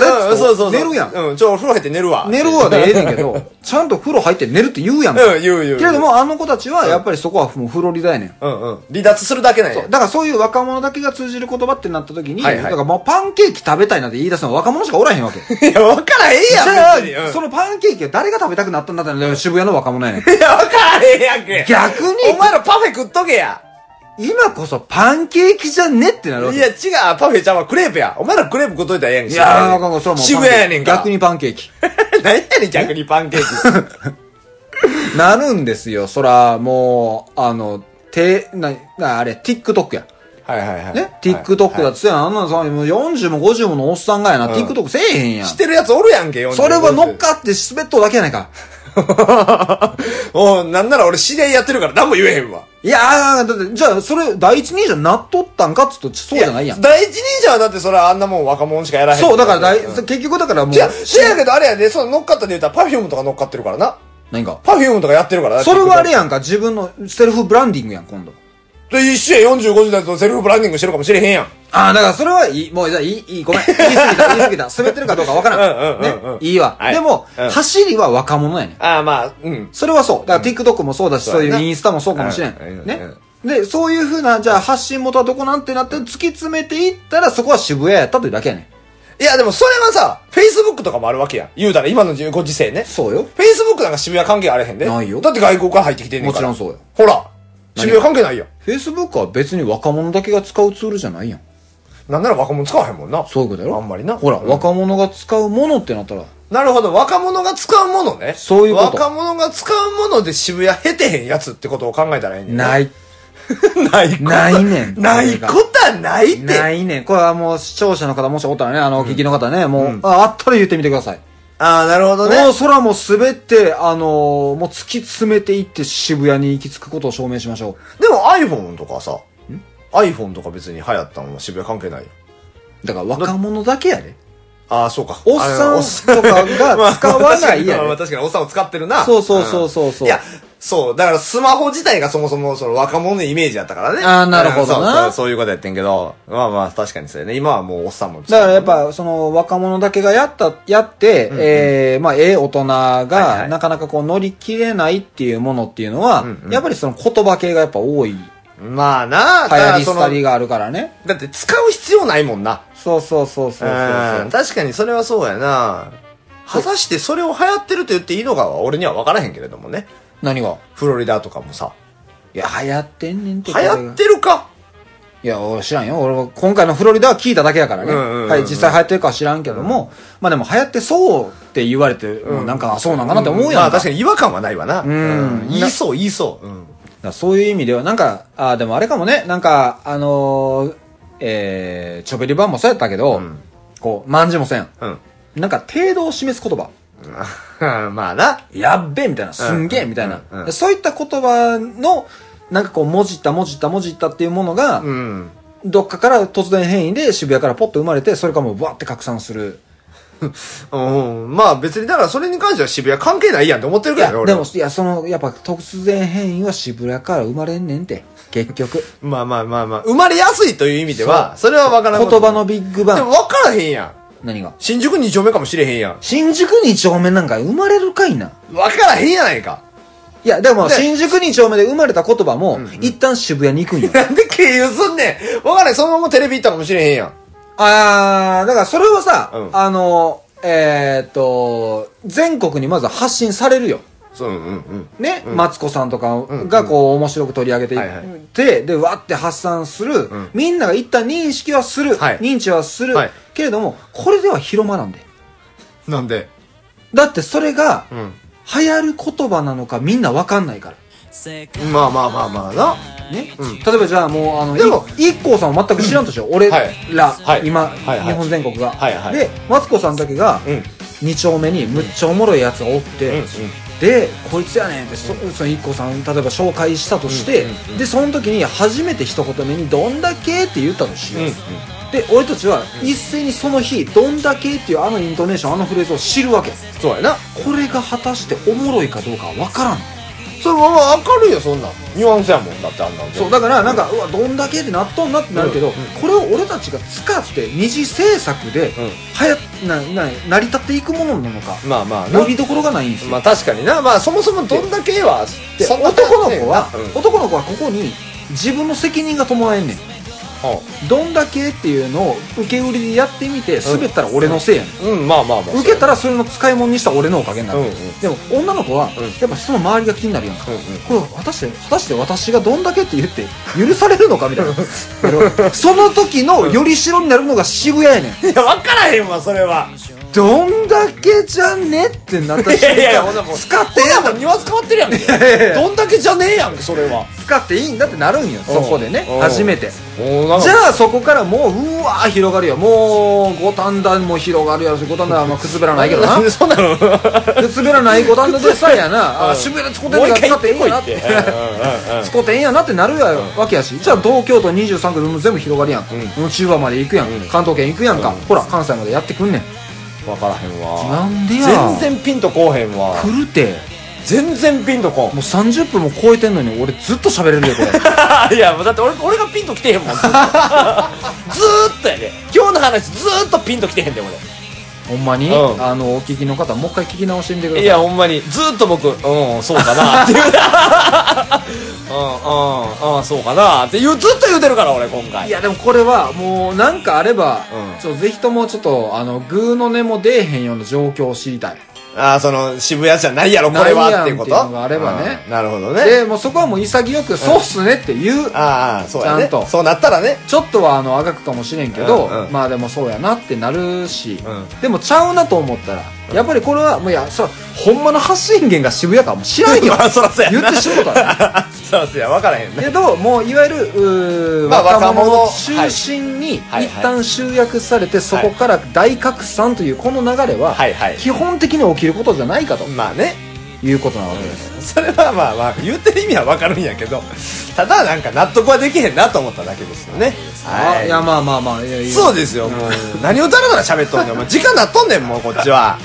Speaker 2: れ
Speaker 5: あう
Speaker 2: っ
Speaker 5: ん
Speaker 2: つ
Speaker 5: そ
Speaker 2: っ
Speaker 5: うそうそ
Speaker 2: と
Speaker 5: う。
Speaker 2: 寝るやん。
Speaker 5: うん、ちょ、お風呂入って寝るわ。
Speaker 2: 寝るわでええねんけど、 ちゃんと風呂入って寝るって言うやんか。
Speaker 5: うん言う言う言う
Speaker 2: けれども、あの子たちはやっぱりそこはもうフロリダやねん。
Speaker 5: うんうん。離脱するだけなんや
Speaker 2: そう。だからそういう若者だけが通じる言葉ってなった時に、
Speaker 5: はいはい
Speaker 2: だからもうパンケーキ食べたいなんて言い出すのは若者しかおらへんわけ。
Speaker 5: いや、わからへん
Speaker 2: じ
Speaker 5: や
Speaker 2: ゃ
Speaker 5: ん
Speaker 2: あ、
Speaker 5: 別に。うん
Speaker 2: そのパンケーキを誰が食べたくなったんだったら渋谷の若者やねん。
Speaker 5: いや、わからへんやんけ。
Speaker 2: 逆に
Speaker 5: お前らパフェ食っとけや。
Speaker 2: 今こそパンケーキじゃねってなるわけ。
Speaker 5: いや、違う、パフェちゃんはクレープや。お前らクレープ食っといたらええやんけ。
Speaker 2: いやー、わかんない。それはもう
Speaker 5: 渋谷やねんか。
Speaker 2: 逆。にパンケーキ。
Speaker 5: 何やねん、逆にパン ケーキ。
Speaker 2: なるんですよ。そら、もう、あの、て、な、な、あれ、TikTok や。
Speaker 5: はいはいはい。
Speaker 2: ね ?TikTok だ
Speaker 5: だ
Speaker 2: ってやん。あんなのさ、もう40も50ものおっさんがやな、TikTok せえへんやん。
Speaker 5: 知ってるやつおるやんけ、45
Speaker 2: それは乗 っ。かって滑っとうだけやないか。
Speaker 5: おうなんなら俺知り合いやってるから何も言えへんわ。
Speaker 2: いやー、だって、じゃあ、それ、第一人者なっとったんかっつうと、そうじゃないやん。
Speaker 5: 第一人者はだってそれはあんなもん若者しかやらへん。
Speaker 2: そう、だからだい、
Speaker 5: うん
Speaker 2: 結局だからもう、
Speaker 5: じゃ、じゃやけどあれやで、その乗っかったで言うたらパフュームとか乗っかってるからな。
Speaker 2: 何か。
Speaker 5: パフュームとかやってるからな
Speaker 2: それはあれ
Speaker 5: TikTok
Speaker 2: やんか、自分のセルフブランディングやん、今度。
Speaker 5: で、一週45時だとセルフブランディングしてるかもしれへんやん。
Speaker 2: ああ、だからそれはいい、もうじゃあいい、いい、ごめん。言い過ぎた、言い過ぎた。滑ってるかどうかわからん。
Speaker 5: うんうんうんう
Speaker 2: ね。
Speaker 5: ん
Speaker 2: いいわ。
Speaker 5: はい
Speaker 2: でも、
Speaker 5: うん
Speaker 2: 走りは若者やねん。
Speaker 5: ああ、まあ、うん。
Speaker 2: それはそう。だから TikTok もそうだし、
Speaker 5: そう
Speaker 2: そう
Speaker 5: や
Speaker 2: い
Speaker 5: な
Speaker 2: うインスタもそうかもしれん
Speaker 5: うん。
Speaker 2: ね。で、そういうふうな、じゃあ発信元はどこなんてなって突き詰めていったら、そこは渋谷やったというだけやねん。
Speaker 5: いや、でもそれはさ、Facebook とかもあるわけやん。言うたら今のご時世ね。
Speaker 2: そうよ
Speaker 5: Facebook なんか渋谷関係あれへんで。
Speaker 2: ないよ
Speaker 5: だって外国から入ってきてんねん
Speaker 2: も
Speaker 5: か
Speaker 2: ち
Speaker 5: ら。
Speaker 2: ろんそうよ
Speaker 5: ほら、渋谷関係ないやん。
Speaker 2: Facebook は別に若者だけが使うツールじゃないやん
Speaker 5: なんなら若者使わへんもんな。
Speaker 2: そういうことやろ
Speaker 5: あんまりな
Speaker 2: ほら、
Speaker 5: うん
Speaker 2: 若者が使うものってなったら
Speaker 5: なるほど。若者が使うものね。
Speaker 2: そういうこと
Speaker 5: 若者が使うもので渋谷経てへんやつってことを考えたらいいねん。
Speaker 2: ないい
Speaker 5: ないこと
Speaker 2: ないねん
Speaker 5: ないことはないって。
Speaker 2: ないねんこれはもう視聴者の方もしおったらねあのお聞きの方ね、もう、ああったら言ってみてください
Speaker 5: ああ、なるほどね。
Speaker 2: もうそれはもう全て、あのーもう突き詰めていって渋谷に行き着くことを証明しましょ
Speaker 5: でも iPhone とかさ、iPhone とか別に流行ったのは渋谷関係ないよ。
Speaker 2: う。だから若者だけやで。
Speaker 5: ああ、そうか。
Speaker 2: おっさ
Speaker 5: あ
Speaker 2: ん
Speaker 5: の
Speaker 2: とかが使わないや
Speaker 5: まあまあ
Speaker 2: で。
Speaker 5: 確かにおっさんを使ってるな。
Speaker 2: そうそうそうそうそうん
Speaker 5: いや、そう。だからスマホ自体がそもそもその若者のイメージだったからね。
Speaker 2: あーなるほどな
Speaker 5: うんそうそうそういうことやってんけど。まあまあ確かにそうやね。今はもうおっさんも使
Speaker 2: だ
Speaker 5: う
Speaker 2: からやっ、ぱ、その若者だけがやった、やって、ええまあ、ええ大人
Speaker 5: いは
Speaker 2: が、
Speaker 5: い
Speaker 2: なかなかこう乗り切れないっていうものっていうのは
Speaker 5: んう、ん
Speaker 2: やっぱりその言葉系がやっぱ多い。流
Speaker 5: まあな、だ
Speaker 2: 行り
Speaker 5: その
Speaker 2: 廃りがあるからね。
Speaker 5: だって使う必要ないもんな。。
Speaker 2: そうそうそうそうそううん
Speaker 5: 確かにそれはそうやな。果たしてそれを流行ってると言っていいのかは俺には分からへんけれどもね。
Speaker 2: 何が
Speaker 5: フロリダとかもさ。
Speaker 2: いや、流行ってんねんって。
Speaker 5: 流行ってるか
Speaker 2: いや、俺知らんよ。俺も今回のフロリダは聞いただけやからね。
Speaker 5: うんうんうんうん
Speaker 2: はい、実際流行ってるかは知らんけども、まあでも流行ってそうって言われて、もうなんか、あそうなんかなって思うやんか。
Speaker 5: まあ確かに違和感はないわな。
Speaker 2: ん
Speaker 5: う言いそう、言いそう。うん。
Speaker 2: だからそういう意味では、なんか、あーでもあれかもね、なんか、あのー、えー、チョベリバンもそうやったけど、
Speaker 5: ん
Speaker 2: こう、まんじもせん。
Speaker 5: うん。
Speaker 2: なんか、程度を示す言葉。
Speaker 5: まあな。
Speaker 2: やっべえみたいな、すんげえみたいな、
Speaker 5: うんうん
Speaker 2: でそういった言葉の、なんかこう、もじったもじったもじったっていうものが、
Speaker 5: うん。
Speaker 2: どっかから突然変異で渋谷からポッと生まれて、それからもうわーって拡散する。
Speaker 5: うん。まあ別に、だからそれに関しては渋谷関係ないやんって思ってる
Speaker 2: い
Speaker 5: から
Speaker 2: や
Speaker 5: ね、、俺
Speaker 2: で
Speaker 5: は
Speaker 2: も、いや、その、やっぱ突然変異は渋谷から生まれんねんて、結局。
Speaker 5: まあまあまあまあ、生まれやすいという意味では、それは分からん。
Speaker 2: 言葉のビッグバン
Speaker 5: でも分からへんやん。
Speaker 2: 何が
Speaker 5: 新宿二丁目かもしれへんやん。
Speaker 2: 新宿2丁目なんか生まれるかいな。
Speaker 5: 分からへんやないか。
Speaker 2: いや、でも、
Speaker 5: で
Speaker 2: 新宿2丁目で生まれた言葉も、一旦渋谷に行くんよ。
Speaker 5: なんで経由すんねん。分からへん。そのままテレビ行ったかもしれへんやん。
Speaker 2: あー、だからそれはさ、
Speaker 5: うん
Speaker 2: あの、えーっと、全国にまず発信されるよ。
Speaker 5: そう、うんうん
Speaker 2: ね、マツコさんとかがこう面白く取り上げていって、
Speaker 5: はいはい
Speaker 2: で、わって発散する、
Speaker 5: ん
Speaker 2: みんなが一旦認識はする、
Speaker 5: はい
Speaker 2: 認知はする、
Speaker 5: はい
Speaker 2: けれども、これでは広まらんで。
Speaker 5: うん。なんで
Speaker 2: だってそれが、
Speaker 5: ん
Speaker 2: 流行る言葉なのかみんなわかんないから。
Speaker 5: まあまあまあまあな。
Speaker 2: ね、例えばじゃあもうあの
Speaker 5: でも
Speaker 2: い IKKO さんは全く知らんとしよう、俺ら、
Speaker 5: はい
Speaker 2: 今、
Speaker 5: はいはい
Speaker 2: 日本全国が、
Speaker 5: はいはい
Speaker 2: でマツコさんだけが
Speaker 5: うん
Speaker 2: 2丁目にむっちゃおもろいやつがおって、
Speaker 5: うんうん
Speaker 2: でこいつやねんってそその IKKO さん例えば紹介したとして、でその時に初めて一言目に「どんだけ?」って言ったとしよう、
Speaker 5: うんうん
Speaker 2: で俺たちは一斉にその日「どんだけ?」っていうあのイントネーションあのフレーズを知るわけ
Speaker 5: そうやな。
Speaker 2: これが果たしておもろいかどうかは分からん
Speaker 5: それは分かるよ、そんなん。ニュアンスやもん。だってあんなん
Speaker 2: そうだからなんか、うわどんだけってなっとんなってなるけど、これを俺たちが使って二次制作で、はやなな成り立っていくものなのか
Speaker 5: まあまあな
Speaker 2: よ。りどころがないんですよ、
Speaker 5: まあ確かにな。まあそもそもどんだけは、
Speaker 2: で
Speaker 5: そんな
Speaker 2: 男の子は、
Speaker 5: うん
Speaker 2: 男の子はここに自分の責任が伴えんねんどんだけっていうのを受け売りでやってみて滑ったら俺のせいやねん
Speaker 5: うん、まあまあまあ。
Speaker 2: 受けたらそれの使い物にした俺のおかげになる、
Speaker 5: うんうん
Speaker 2: でも女の子はやっぱその周りが気になるやんか、
Speaker 5: うんうん
Speaker 2: これ果たして果たして私がどんだけって言って許されるのかみたいなけどその時のよりしろになるのが渋谷やねん
Speaker 5: いや、分からへんわ、それは。
Speaker 2: どんだけじゃねってなった
Speaker 5: いやいやいや
Speaker 2: 瞬
Speaker 5: ほんなも
Speaker 2: 間
Speaker 5: う
Speaker 2: 使っていいん
Speaker 5: も
Speaker 2: だ
Speaker 5: うニュアンス変わってるやんけ。どんだけじゃねえやんけ、それは。
Speaker 2: 使っていいんだってなるんよそこでね
Speaker 5: うん
Speaker 2: 初めて
Speaker 5: おなん
Speaker 2: じ
Speaker 5: か
Speaker 2: ゃあそこからもううわー広がるよもう五反田も広がるやろし五反田はまあくすべらないけどな
Speaker 5: なんでそんなの
Speaker 2: くべらない五反田でさえやなあ渋谷で使ってん
Speaker 5: も
Speaker 2: の
Speaker 5: う一
Speaker 2: や使
Speaker 5: 回行
Speaker 2: っ
Speaker 5: ってて
Speaker 2: いいん
Speaker 5: こ
Speaker 2: や
Speaker 5: い
Speaker 2: なっ
Speaker 5: ってて。 うんうんうん
Speaker 2: 使ってええんやなってなるやわけやしじゃあ東京都23区でも全部広がるやん、もう中和まで行くやん、
Speaker 5: ん
Speaker 2: 関東圏行くやんか、
Speaker 5: うん
Speaker 2: ほら関西までやってくんねん
Speaker 5: 分からへん
Speaker 2: な
Speaker 5: わ。
Speaker 2: んでや
Speaker 5: 全然ピンとこうへんわ。
Speaker 2: 来るて
Speaker 5: 全然ピンとこ
Speaker 2: もう30分も超えてんのに俺ずっと喋れるでこ れ
Speaker 5: ん。いや、だって俺俺がピンときてへん もん。ずっとずーっとやで。今日の話ずーっとピンときてへんで、俺。
Speaker 2: ほんまに、
Speaker 5: うん
Speaker 2: あのお聞きの方もう一回聞き直してみてください
Speaker 5: いやほんまにずっと僕うんそうかな っていううんうんうんそうかなっていうずっと言うてるから俺今回
Speaker 2: いやでもこれはもうなんかあれば、
Speaker 5: うん
Speaker 2: ちょっとぜひともちょっとあのグーの音も出えへんような状況を知りたい
Speaker 5: ああその渋谷じゃないやろこれ
Speaker 2: ないや
Speaker 5: は
Speaker 2: ん
Speaker 5: っていうこと
Speaker 2: っていうのがあればね
Speaker 5: うんなるほどね
Speaker 2: でもうそこはもう潔く「そうっすね」って言う、
Speaker 5: ああそうや
Speaker 2: ちゃ
Speaker 5: ね
Speaker 2: んと
Speaker 5: そうなったらね
Speaker 2: ちょっとはあのあがくかもしれんけど、
Speaker 5: うんうん
Speaker 2: まあでもそうやなってなるし、
Speaker 5: うん
Speaker 2: でもちゃうなと思ったら、やっぱりこれはもういやそらほんまの発信源が渋谷かも知らんよ
Speaker 5: まあそらそうや
Speaker 2: 言
Speaker 5: な
Speaker 2: ってしもう たら
Speaker 5: そらそうや分からへんね
Speaker 2: けどもういわゆるうー
Speaker 5: まあ
Speaker 2: 若者
Speaker 5: 若者
Speaker 2: 中心に
Speaker 5: はい
Speaker 2: 一旦集約されて、そこから大拡散というこの流れは、
Speaker 5: はいはい
Speaker 2: 基本的に起きることじゃないかと
Speaker 5: まあね
Speaker 2: いうことなわけです、
Speaker 5: それはまあまあ言ってる意味は分かるんやけどただなんか納得はできへんなと思っただけですよね
Speaker 2: あいやまあまあまあいやいや
Speaker 5: そうですよ、もう何をだらだら喋っとんねんもう時間なっとんねんもうこっちは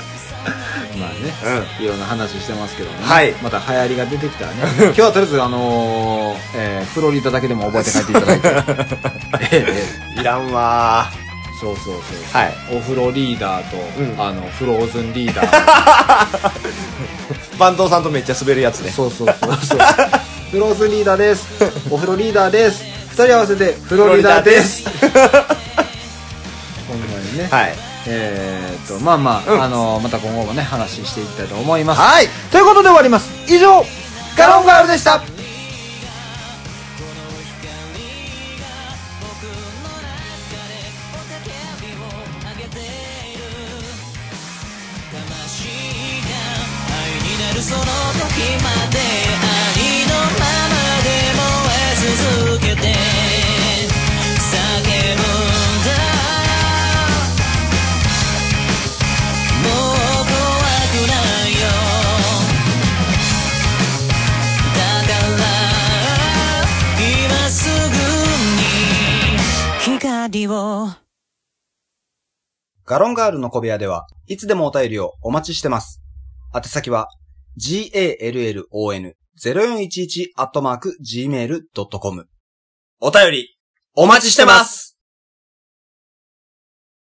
Speaker 2: まあね、いろんな話してますけどね、
Speaker 5: はい
Speaker 2: また流行りが出てき たらね今日はとりあえず、あのーえーフロリダだけでも覚えて帰っていただいて ええ
Speaker 5: いらんわ
Speaker 2: そうそうそう
Speaker 5: ーはい
Speaker 2: お風呂リーダーと、
Speaker 5: うん
Speaker 2: あのフローズンリーダー
Speaker 5: バンドさんとめっちゃ滑るやつね
Speaker 2: そうそうそうそう フローズンリーダーです お風呂リーダーです二人合わせてフロリダーですほんまにね、
Speaker 5: はい
Speaker 2: えー、っとまあまあ、
Speaker 5: うん
Speaker 2: あのーまた今後もね話していきたいと思います
Speaker 5: はい
Speaker 2: ということで終わります以上
Speaker 5: ガロンガールでした
Speaker 6: その時までありのままで燃え続けて叫ぶんだもう怖くないよだから今すぐに光を
Speaker 7: ガロンガールの小部屋では、いつでもお便りをお待ちしてます。宛先は、gallon0411-gmail.com。
Speaker 5: お便りお待ちしてます